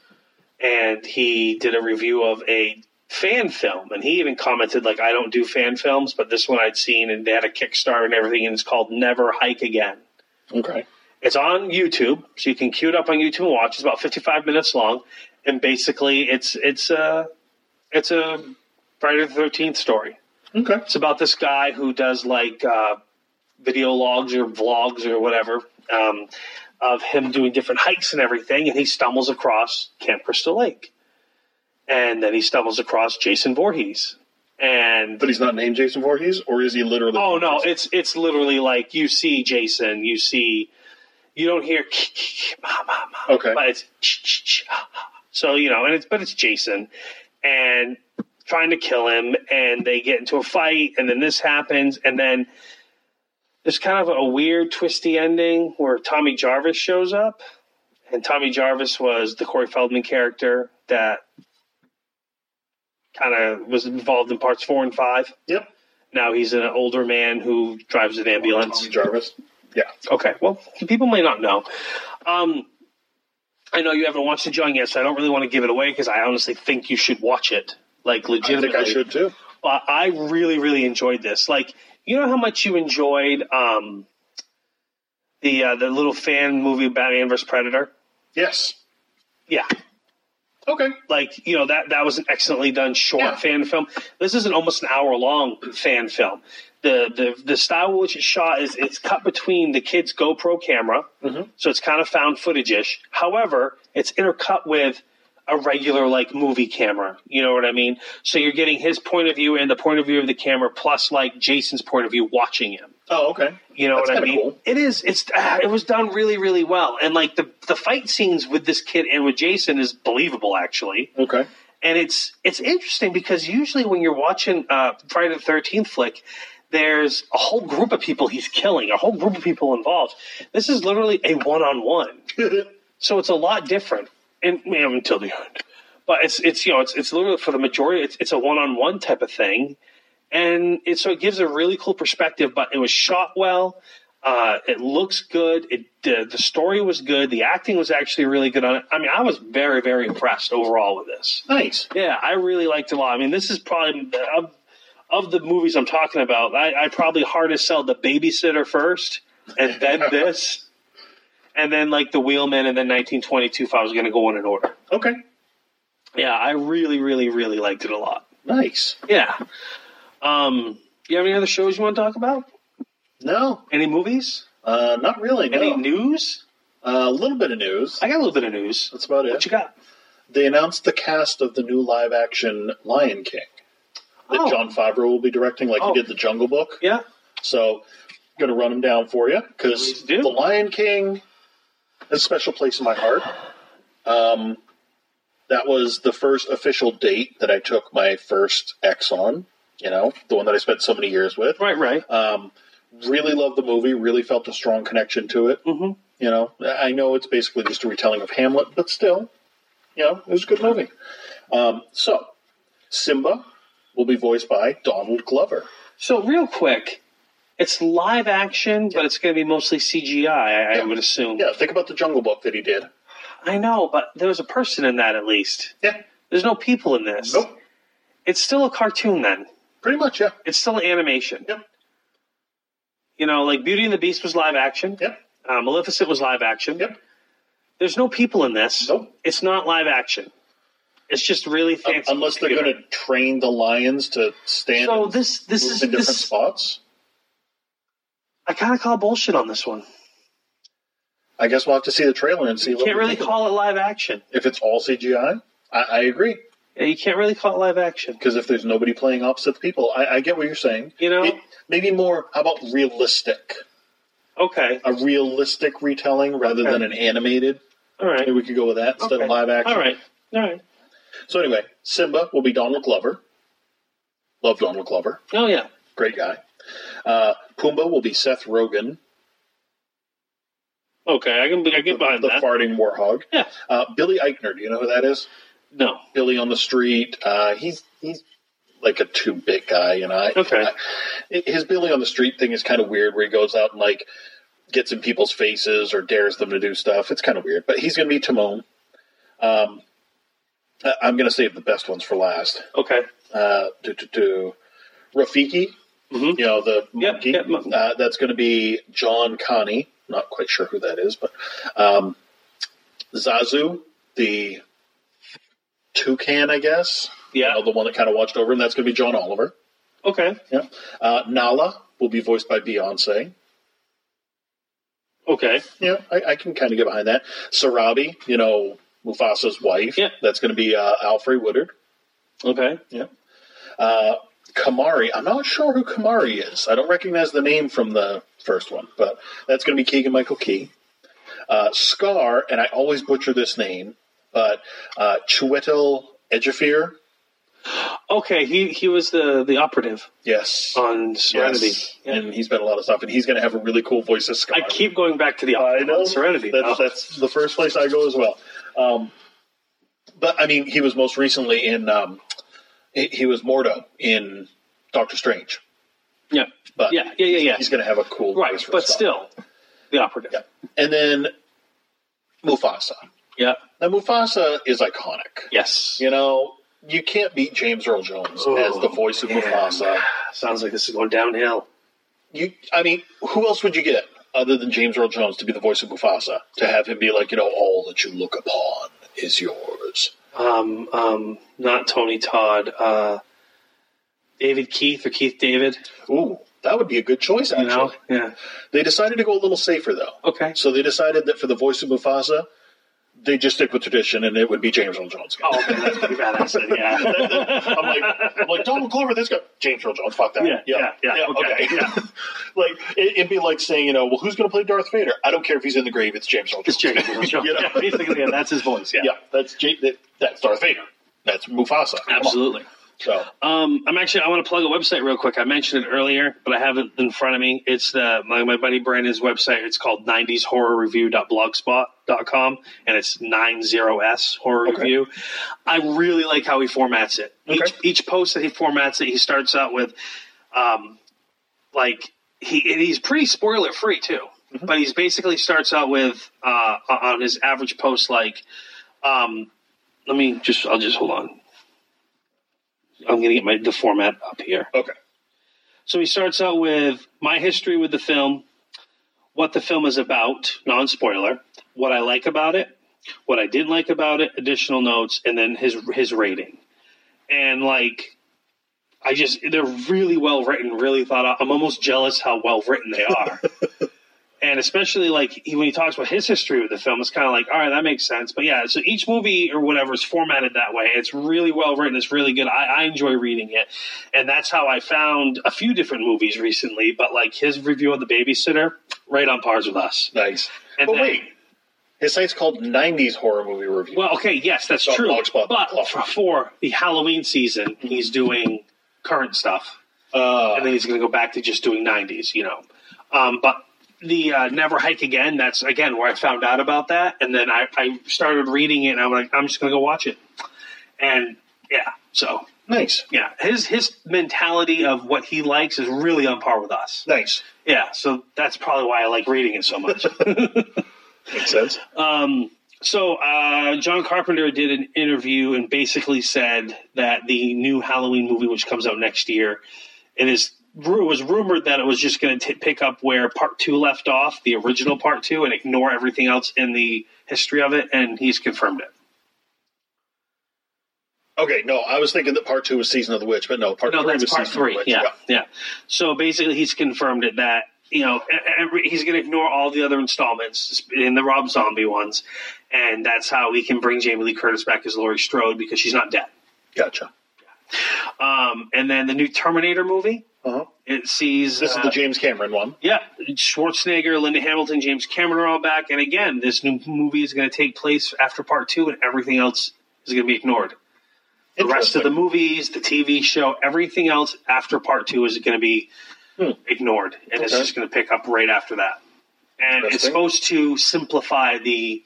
And he did a review of a fan film. And he even commented, like, I don't do fan films, but this one I'd seen, and they had a Kickstarter and everything, and it's called Never Hike Again. Okay. It's on YouTube, so you can queue it up on YouTube and watch. It's about 55 minutes long, and basically, it's it's a it's a Friday the 13th story. Okay. It's about this guy who does like uh, video logs or vlogs or whatever um, of him doing different hikes and everything, and he stumbles across Camp Crystal Lake, and then he stumbles across Jason Voorhees, and But he's not named Jason Voorhees, or is he literally? Oh no, it's it's literally like you see Jason, you see, you don't hear "K- k- k- ma ma ma, Okay. but it's "Ch- ch- ch- ah, ah." so you know, and it's but it's Jason, and trying to kill him, and they get into a fight, and then this happens, and then there's kind of a weird twisty ending where Tommy Jarvis shows up, and Tommy Jarvis was the Corey Feldman character that kind of was involved in parts four and five. Yep. Now he's an older man who drives an ambulance. Tommy Jarvis. Yeah. Okay, well, people may not know. Um, I know you haven't watched it, John, yet, so I don't really want to give it away because I honestly think you should watch it. Like, I legitimately. think I should too. But I really, really enjoyed this. Like, you know how much you enjoyed um, the uh, the little fan movie Batman vs. Predator? Yes. Yeah. Okay. Like, you know, that, that was an excellently done short Yeah. fan film. This is an almost an hour long fan film. The, the the style which it's shot is it's cut between the kid's GoPro camera, Mm-hmm. so it's kind of found footage ish. However, it's intercut with a regular like movie camera. You know what I mean? So you're getting his point of view and the point of view of the camera, plus like Jason's point of view watching him. Oh, okay. You know That's what I kinda mean? cool. It is. It's ah, it was done really, really well, and like the the fight scenes with this kid and with Jason is believable actually Okay. and it's it's interesting because usually when you're watching uh, Friday the Thirteenth flick, there's a whole group of people he's killing, a whole group of people involved. This is literally a one on one, so it's a lot different, and you know, until the end. But it's it's you know it's it's literally for the majority it's it's a one on one type of thing, and it so it gives a really cool perspective. But it was shot well. Uh, it looks good. It the, the story was good. The acting was actually really good on it. I mean, I was very very impressed overall with this. Nice. Yeah, I really liked it a lot. I mean, this is probably of, of the movies I'm talking about. I, I probably hardest sell the Babysitter first, and then this, and then like the Wheelman, and then 1922. If I was going to go in an order, Okay. yeah, I really really really liked it a lot. Nice. Yeah. Um, you have any other shows you want to talk about? No, Any movies? uh, not really. No. Any news? Uh, a little bit of news. I got a little bit of news. That's about What it. you got? They announced the cast of the new live action Lion King that Oh. John Favreau will be directing, like Oh. he did the Jungle Book. Yeah. So, going to run them down for you Please because do. the Lion King is a special place in my heart. Um, that was the first official date that I took my first ex on. You know, the one that I spent so many years with. Right. Right. Um, really loved the movie. Really felt a strong connection to it. Mhm. You know, I know it's basically just a retelling of Hamlet, but still, you know, it was a good movie. Um, so, Simba will be voiced by Donald Glover. So real quick, it's live action, but it's going to be mostly CGI. I, I Yeah. would assume. Yeah, think about the Jungle Book that he did. I know, but there was a person in that at least. Yeah. There's no people in this. Nope. It's still a cartoon then. Pretty much, yeah. It's still animation. Yep. You know, like Beauty and the Beast was live action. Yep. Uh, Maleficent was live action. Yep. There's no people in this. Nope. It's not live action. It's just really Um, fancy. unless they're computer. going to train the lions to stand So and this this move is in different this. spots. I kind of call bullshit on this one. I guess we'll have to see the trailer and see. You can't we really think of call it live action. it. if it's all CGI. I, I agree Yeah, you can't really call it live action. because if there's nobody playing opposite the people, I, I get what you're saying. You know? It- maybe more. How about realistic? Okay. A realistic retelling rather Okay. than an animated. All right. Maybe we could go with that instead Okay. of live action. All right. All right. So anyway, Simba will be Donald Glover. Love Donald Glover. Oh yeah. Great guy. Uh, Pumbaa will be Seth Rogen. Okay. I can I get behind the that. farting warhog. Yeah. Uh, Billy Eichner. Do you know who that is? no. Billy on the street. Uh, he's he's like a two bit guy, you know. I- Okay. I- his Billy on the street thing is kind of weird, where he goes out and like gets in people's faces or dares them to do stuff. It's kind of weird, but he's going to be Timon. Um, I- I'm going to save the best ones for last. Okay. Uh, do do do. Rafiki, Mhm. you know the Yep, monkey. yep, mon- Uh, that's going to be John Connie. Not quite sure who that is, but um, Zazu, the toucan, I guess. Yeah. You know, the one that kind of watched over him. That's going to be John Oliver. Okay. Yeah. Uh, Nala will be voiced by Beyonce. Okay. Yeah, I, I can kind of get behind that. Sarabi, you know Mufasa's wife. Yeah. That's going to be uh, Alfred Woodard. Okay. Yeah. Uh, Kamari. I'm not sure who Kamari is. I don't recognize the name from the first one, but that's going to be Keegan Michael Key. Uh, Scar, and I always butcher this name, but uh, Chiwetel Ejiofor. Okay. He he was the the operative Yes. on Serenity. Yes. Yeah. And he's been a lot of stuff, and he's going to have a really cool voice as Scar. I keep going back to the I operative know on Serenity. That's, now. that's the first place I go as well. Um, but I mean, he was most recently in um, he, he was Mordo in Doctor Strange. yeah. But Yeah, yeah, yeah, yeah. He's going to have a cool Right. voice for But Scar. still, the operative. Yeah. And then Mufasa. Yeah. Now Mufasa is iconic. Yes. You know, you can't beat James Earl Jones Oh, as the voice of man. Mufasa. Sounds like this is going downhill. You, I mean, who else would you get other than James Earl Jones to be the voice of Mufasa? To have him be like, you know, all that you look upon is yours. um, um, not Tony Todd, uh, David Keith or Keith David. Ooh, that would be a good choice. You Actually, know, yeah. they decided to go a little safer though. Okay. So they decided that for the voice of Mufasa, they just stick with tradition, and it would be James Earl Jones. Oh, okay, that's pretty badass. then, Yeah. I'm like, I'm like Donald Glover. This guy, James Earl Jones. Fuck that. Yeah, yeah, yeah, okay, yeah. like it, it'd be like saying, you know, well, who's going to play Darth Vader? I don't care if he's in the grave. It's James Earl Jones. It's James Earl Jones. You know? yeah, basically, yeah, that's his voice. Yeah, yeah, that's J- that, that's Darth Vader. That's Mufasa. Come on. absolutely. So Um, I'm actually I want to plug a website real quick. I mentioned it earlier, but I have it in front of me. It's the my, my buddy Brandon's website. It's called 90shorrorreview.blogspot.com and it's 90s horror review. I really like how he formats it. Each Okay. each post that he formats it, he starts out with um like he and he's pretty spoiler free too. But he's basically starts out with uh on his average post like um let me just I'll just hold on. I'm gonna get my the format up here. okay, So he starts out with my history with the film, what the film is about, non spoiler, what I like about it, what I didn't like about it, additional notes, and then his his rating. And like I just they're really well written, really thought out. I'm almost jealous how well written they are. and especially like he, when he talks about his history with the film, it's kind of like, all right, that makes sense. But yeah, so each movie or whatever is formatted that way. It's really well written. It's really good. I, I enjoy reading it, and that's how I found a few different movies recently. But like his review of the Babysitter, right on pars with us. nice. And but then- wait, his site's called '90s horror movie review. Well, okay, yes, that's on true. Blogspot. But for, for the Halloween season, he's doing current stuff. uh, and then he's going to go back to just doing 90s, you know. Um, but the uh, Never Hike Again, that's again where I found out about that. And then I, I started reading it and I'm like, I'm just going to go watch it. And yeah, so nice, yeah, his, his mentality of what he likes is really on par with us. nice. Yeah, so that's probably why I like reading it so much. Makes sense. Um, so uh, John Carpenter did an interview and basically said that the new Halloween movie, which comes out next year, it is ru- it was rumored that it was just going to pick up where part two left off, the original part two, and ignore everything else in the history of it, and he's confirmed it. Okay, no, I was thinking that part two was Season of the Witch, but no, part No, three that's was part Season three. of the Witch. Yeah, yeah. So basically, he's confirmed it that you know e- every, he's going to ignore all the other installments in the Rob Zombie ones, and that's how he can bring Jamie Lee Curtis back as Laurie Strode because she's not dead. gotcha. Um, and then the new Terminator movie. Uh-huh. It sees This is uh, the James Cameron one. yeah Schwarzenegger, Linda Hamilton, James Cameron are all back, and again, this new movie is going to take place after part two, and everything else is going to be ignored. The rest of the movies, the TV show, everything else after part two is going to be ignored, and it's Hmm. Okay. just going to pick up right after that. And it's Interesting. supposed to simplify the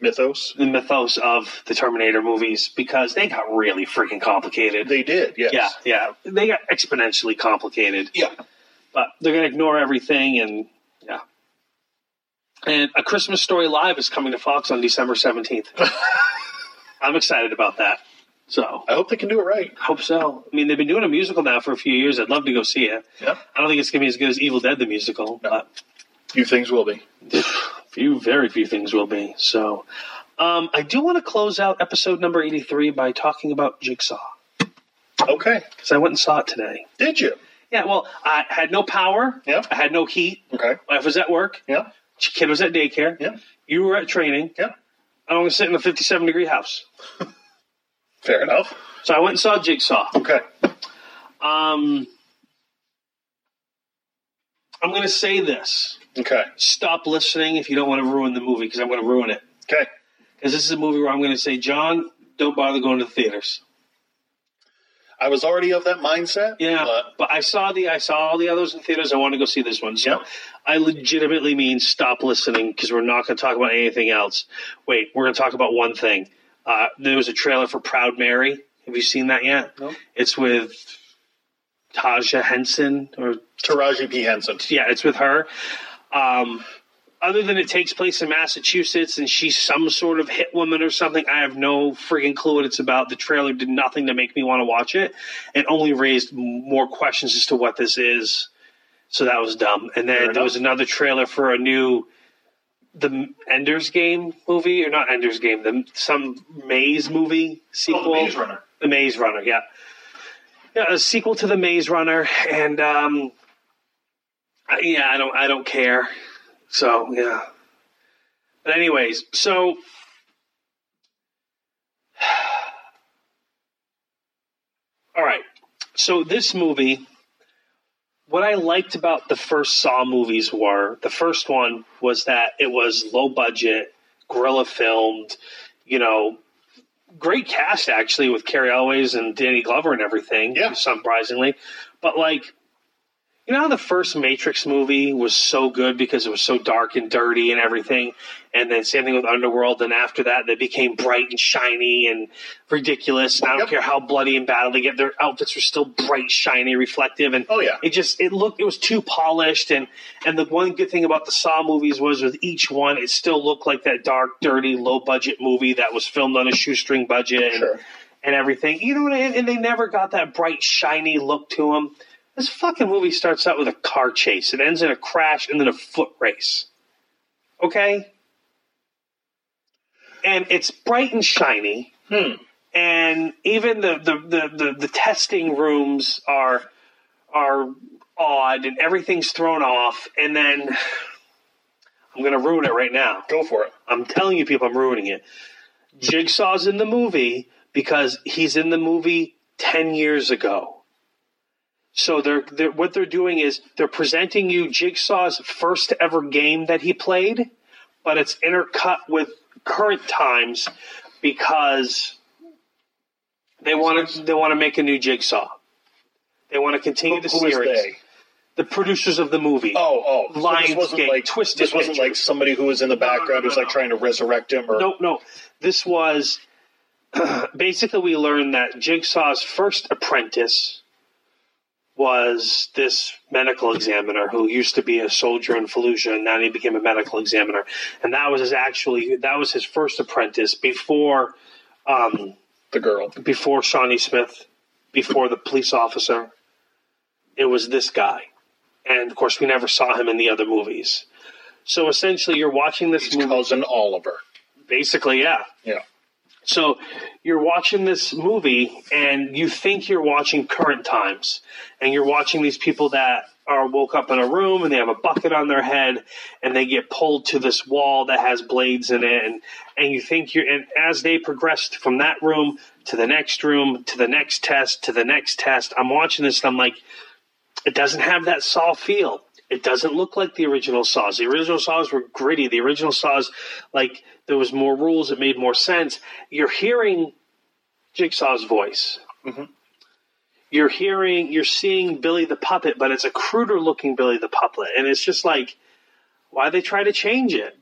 mythos. the mythos of the Terminator movies because they got really freaking complicated. They did, yes. yeah, yeah, they got exponentially complicated. Yeah. but they're going to ignore everything and yeah. And A Christmas Story Live is coming to Fox on December 17th. I'm excited about that. So, I hope they can do it right. I hope so. I mean, they've been doing a musical now for a few years. I'd love to go see it. Yeah. I don't think it's going to be as good as Evil Dead the musical, but Few things will be. few very few things will be. So, um, I do want to close out episode number 83 by talking about Jigsaw Okay. cuz I went and saw it today. Did you? Yeah, well, I had no power. Yep. I had no heat. Okay. I was at work. Yeah. Kid was at daycare. Yeah. You were at training. Yeah. I want to sit in a 57 degree house. Fair enough. So I went and saw Jigsaw. Okay. Um, I'm going to say this. Okay. Stop listening if you don't want to ruin the movie because I'm going to ruin it. Okay. Because this is a movie where I'm going to say, John, don't bother going to the theaters. I was already of that mindset. Yeah, But but I saw the I saw all the others in theaters. I want to go see this one. So Yeah. I legitimately mean stop listening because we're not going to talk about anything else. Wait, we're going to talk about one thing. Uh, there was a trailer for Proud Mary. Have you seen that yet? No. It's with Taja Henson, or Taraji P. Henson. yeah, it's with her. Um, other than it takes place in Massachusetts and she's some sort of hit woman or something, I have no friggin' clue what it's about. The trailer did nothing to make me want to watch it and only raised m- more questions as to what this is. So that was dumb. And then there enough. was another trailer for a new the Ender's Game movie or not Ender's Game, the some Maze movie sequel. Oh, Maze Runner. The Maze Runner, yeah. Yeah, a sequel to The Maze Runner and um I- yeah, I don't I don't care. So yeah. But anyways, so all right. So this movie, what I liked about the first Saw movies were the first one was that it was low budget, guerrilla filmed, you know, great cast actually with Carrie Elways and Danny Glover and everything. Yeah. surprisingly, but like. You know how the first Matrix movie was so good because it was so dark and dirty and everything, and then same thing with Underworld. And after that, they became bright and shiny and ridiculous. And I don't Yep. care how bloody and battle they get, their outfits were still bright, shiny, reflective. And Oh, yeah. it just it looked it was too polished. And and the one good thing about the Saw movies was with each one, it still looked like that dark, dirty, low budget movie that was filmed on a shoestring budget. and- Sure. and everything. You know what? I mean? And they never got that bright, shiny look to them. This fucking movie starts out with a car chase. It ends in a crash and then a foot race. Okay? And it's bright and shiny. Hmm. And even the, the, the, the, the testing rooms are are odd and everything's thrown off. And then I'm going to ruin it right now. Go for it. I'm telling you, people, I'm ruining it. Jigsaw's in the movie because he's in the movie 10 years ago. So they're, they're what they're doing is they're presenting you Jigsaw's first ever game that he played, but it's intercut with current times because they want to they want to make a new Jigsaw. They want to continue the Who is series. they? The producers of the movie. Oh, oh. So this wasn't Lionsgate, like Twisted This wasn't like Pictures. somebody who was in the background who's no, like no. trying to resurrect him or No, no. This was basically we learned that Jigsaw's first apprentice was this medical examiner who used to be a soldier in Fallujah and now he became a medical examiner. And that was his actually that was his first apprentice before um, the girl. before Shawnee Smith, before the police officer. It was this guy. And of course we never saw him in the other movies. So essentially you're watching this His movie cousin Oliver. basically, yeah. Yeah. So you're watching this movie and you think you're watching current times and you're watching these people that are woke up in a room and they have a bucket on their head and they get pulled to this wall that has blades in it and, and you think you're and as they progressed from that room to the next room to the next test to the next test i'm watching this and i'm like it doesn't have that saw feel it doesn't look like the original saws the original saws were gritty the original saws like there was more rules it made more sense you're hearing jigsaw's voice you're hearing you're seeing billy the puppet but it's a cruder looking billy the puppet and it's just like why they try to change it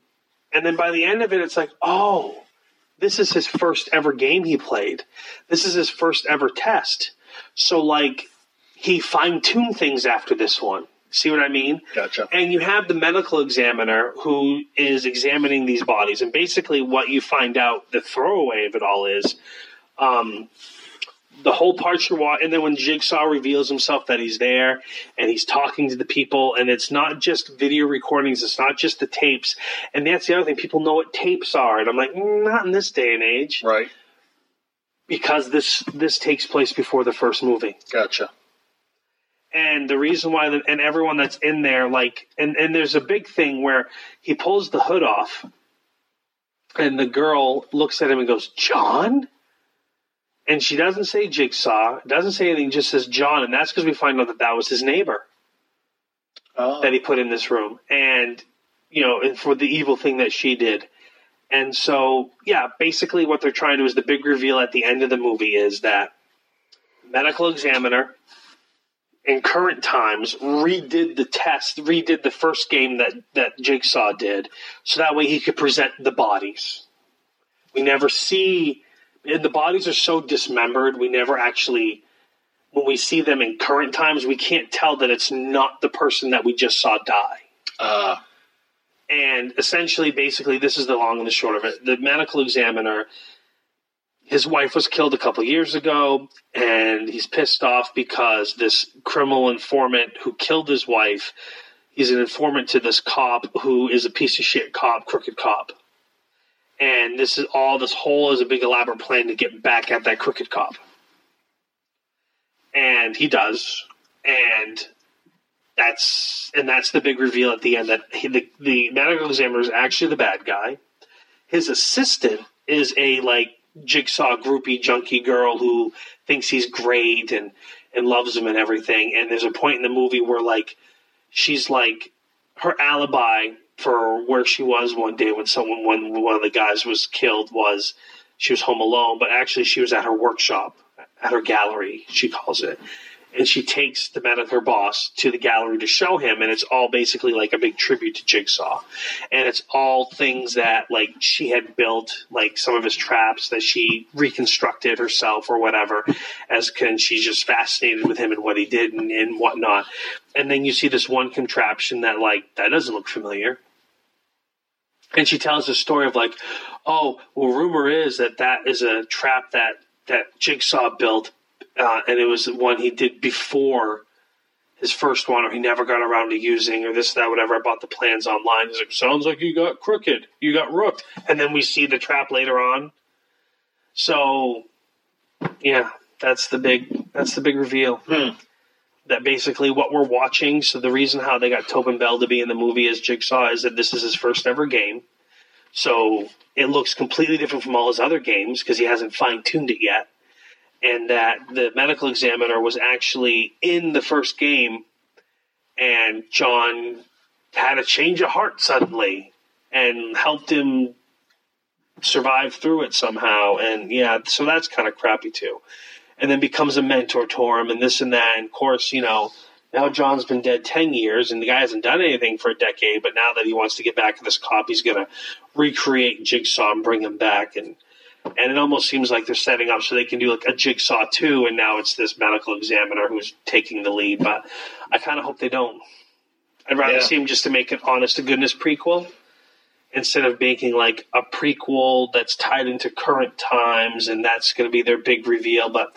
and then by the end of it it's like oh this is his first ever game he played this is his first ever test so like he fine-tuned things after this one see what i mean Gotcha. and you have the medical examiner who is examining these bodies and basically what you find out the throwaway of it all is um, the whole part you're watching, and then when Jigsaw reveals himself that he's there and he's talking to the people, and it's not just video recordings, it's not just the tapes, and that's the other thing. People know what tapes are, and I'm like, "Mm, not in this day and age, Right. because this this takes place before the first movie Gotcha. and the reason why the, and everyone that's in there like and and there's a big thing where he pulls the hood off and the girl looks at him and goes john and she doesn't say jigsaw doesn't say anything just says john and that's because we find out that that was his neighbor Oh. that he put in this room and you know and for the evil thing that she did and so yeah basically what they're trying to do is the big reveal at the end of the movie is that medical examiner in current times redid the test redid the first game that that jigsaw did so that way he could present the bodies we never see and the bodies are so dismembered we never actually when we see them in current times, we can't tell that it's not the person that we just saw die. Uh, And essentially, basically, this is the long and the short of it. The medical examiner, his wife was killed a couple years ago, and he's pissed off because this criminal informant who killed his wife, he's an informant to this cop who is a piece of shit cop, crooked cop. And this is all this whole is a big elaborate plan to get back at that crooked cop. And he does. And that's and that's the big reveal at the end that he, the the medical examiner is actually the bad guy. His assistant is a like jigsaw groupie junkie girl who thinks he's great and and loves him and everything. And there's a point in the movie where like she's like her alibi for where she was one day when someone when one of the guys was killed was she was home alone, but actually she was at her workshop, at her gallery, she calls it. And she takes the man of her boss to the gallery to show him, and it's all basically like a big tribute to Jigsaw. And it's all things that like she had built, like some of his traps that she reconstructed herself or whatever, as can she's just fascinated with him and what he did and, and whatnot. And then you see this one contraption that like that doesn't look familiar and she tells the story of like, oh, well, rumor is that that is a trap that that Jigsaw built, uh, and it was the one he did before his first one, or he never got around to using, or this, that, whatever. I bought the plans online. He's like, sounds like you got crooked, you got rooked, and then we see the trap later on. So, yeah, that's the big that's the big reveal. That basically what we're watching. So the reason how they got Tobin Bell to be in the movie as Jigsaw is that this is his first ever game. So it looks completely different from all his other games because he hasn't fine tuned it yet. And that the medical examiner was actually in the first game, and John had a change of heart suddenly and helped him survive through it somehow. And yeah, so that's kind of crappy too. And then becomes a mentor to him and this and that. And of course, you know, now John's been dead 10 years and the guy hasn't done anything for a decade, but now that he wants to get back to this cop, he's going to recreate Jigsaw and bring him back. And, and it almost seems like they're setting up so they can do like a Jigsaw 2, and now it's this medical examiner who's taking the lead. But I kind of hope they don't. I'd rather Yeah. see him just to make an honest to goodness prequel instead of making like a prequel that's tied into current times and that's going to be their big reveal but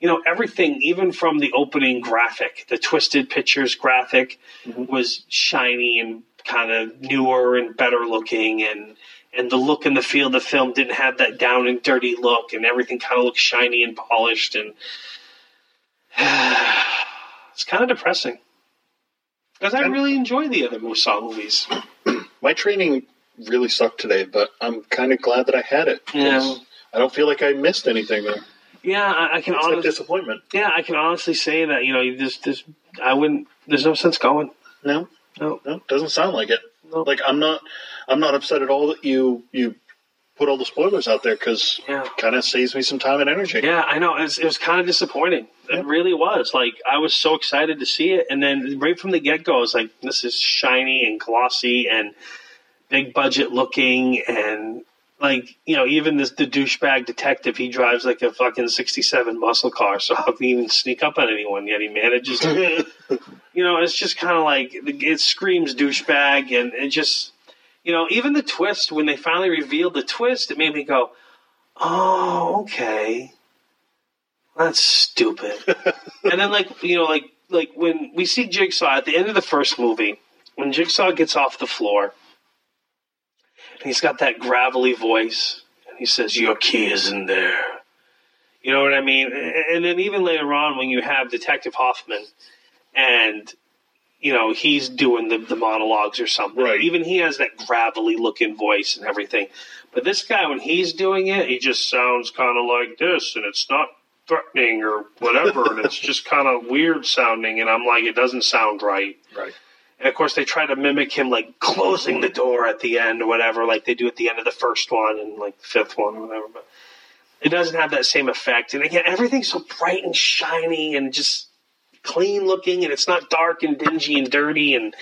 you know everything even from the opening graphic the twisted pictures graphic was shiny and kind of newer and better looking and and the look and the feel of the film didn't have that down and dirty look and everything kind of looked shiny and polished and it's kind of depressing because i really enjoy the other Musaw movies My training really sucked today, but I'm kind of glad that I had it. 'cause Yeah. I don't feel like I missed anything there. yeah i, I can It's a honestly disappointment. yeah, I can honestly say that you know, you just there's I wouldn't. There's no sense going. No, No, no, doesn't sound like it. no. Like I'm not, I'm not upset at all that you you put all the spoilers out there because Yeah. kind of saves me some time and energy. yeah, I know. It was, it was kind of disappointing. Yeah. It really was. Like I was so excited to see it, and then right from the get go, I was like, "This is shiny and glossy and big budget looking and." Like you know, even this the douchebag detective, he drives like a fucking '67 muscle car. So how can he even sneak up on anyone? Yet he manages to you know, it's just kind of like it screams douchebag, and it just, you know, even the twist when they finally revealed the twist, it made me go, oh, okay, that's stupid. and then like you know, like like when we see Jigsaw at the end of the first movie, when Jigsaw gets off the floor, and he's got that gravelly voice, and he says, "Your key is in there." You know what I mean? A- And then even later on, when you have Detective Hoffman and you know he's doing the, the monologues or something Right. even he has that gravelly looking voice and everything but this guy when he's doing it he just sounds kind of like this and it's not threatening or whatever and it's just kind of weird sounding and i'm like it doesn't sound right Right. and of course they try to mimic him like closing the door at the end or whatever like they do at the end of the first one and like the fifth one or whatever but it doesn't have that same effect and again everything's so bright and shiny and just clean looking and it's not dark and dingy and dirty and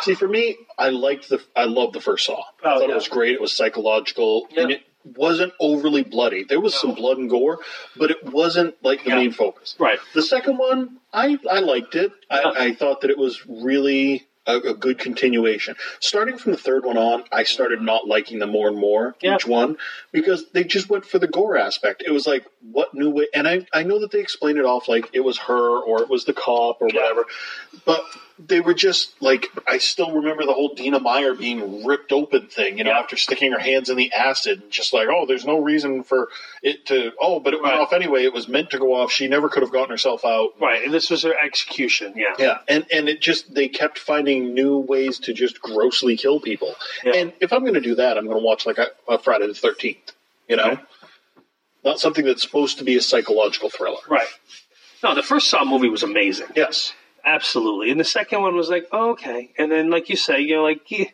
See, for me, I liked the, I loved the first Saw. I Oh, thought yeah. it was great. It was psychological, and Yeah. it wasn't overly bloody. There was some blood and gore, but it wasn't like the Yeah. main focus. right The second one, I, I liked it. Yeah. I, I thought that it was really a, a good continuation. Starting from the third one on, I started not liking them more and more Yeah. each one because they just went for the gore aspect. It was like, what new way? And I, I know that they explained it off like it was her or it was the cop or Yeah. whatever, but they were just like, I still remember the whole Dina Meyer being ripped open thing, you know, Yeah. after sticking her hands in the acid and just like, oh, there's no reason for it to, oh, but it went Right. off anyway. It was meant to go off. She never could have gotten herself out. right and this was their execution yeah Yeah, and and it just they kept finding new ways to just grossly kill people. Yeah. And if I'm going to do that, I'm going to watch like a, a Friday the Thirteenth. You know, Right. not something that's supposed to be a psychological thriller. right no the first saw movie was amazing Yes, Absolutely. And the second one was like, oh, okay. And then, like you say, you know, like, yeah.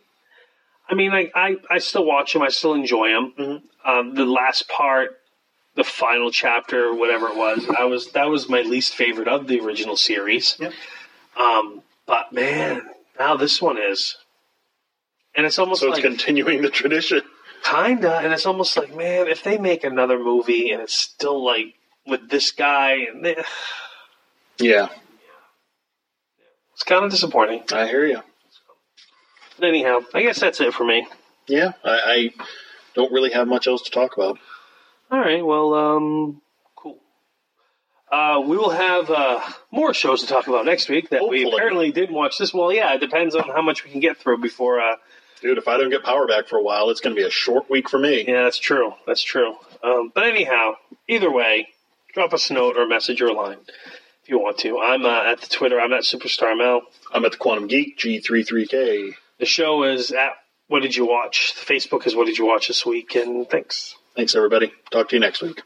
I mean, like I, I still watch them. I still enjoy them. Mm-hmm. Um, the last part, the final chapter, whatever it was, I was that was my least favorite of the original series. Yep. Um, but man, now this one is, and it's almost So it's like continuing the tradition. kinda, and it's almost like man, if they make another movie and it's still like with this guy, and eh, they, Yeah, it's kind of disappointing. I hear you. But anyhow, I guess that's it for me. Yeah, I, I don't really have much else to talk about. All right. Well, um, cool. Uh, we will have uh, more shows to talk about next week that we Hopefully. apparently didn't watch this. Well, yeah, it depends on how much we can get through before. Uh, Dude, if I don't get power back for a while, it's going to be a short week for me. yeah, that's true. That's true. Um, but anyhow, either way, drop us a note or a message or a line if you want to. I'm uh, at the Twitter. I'm at Superstar Mel. I'm at the Quantum Geek G33K. The show is at What Did You Watch? The Facebook is What Did You Watch This Week? And thanks. Thanks, everybody. Talk to you next week.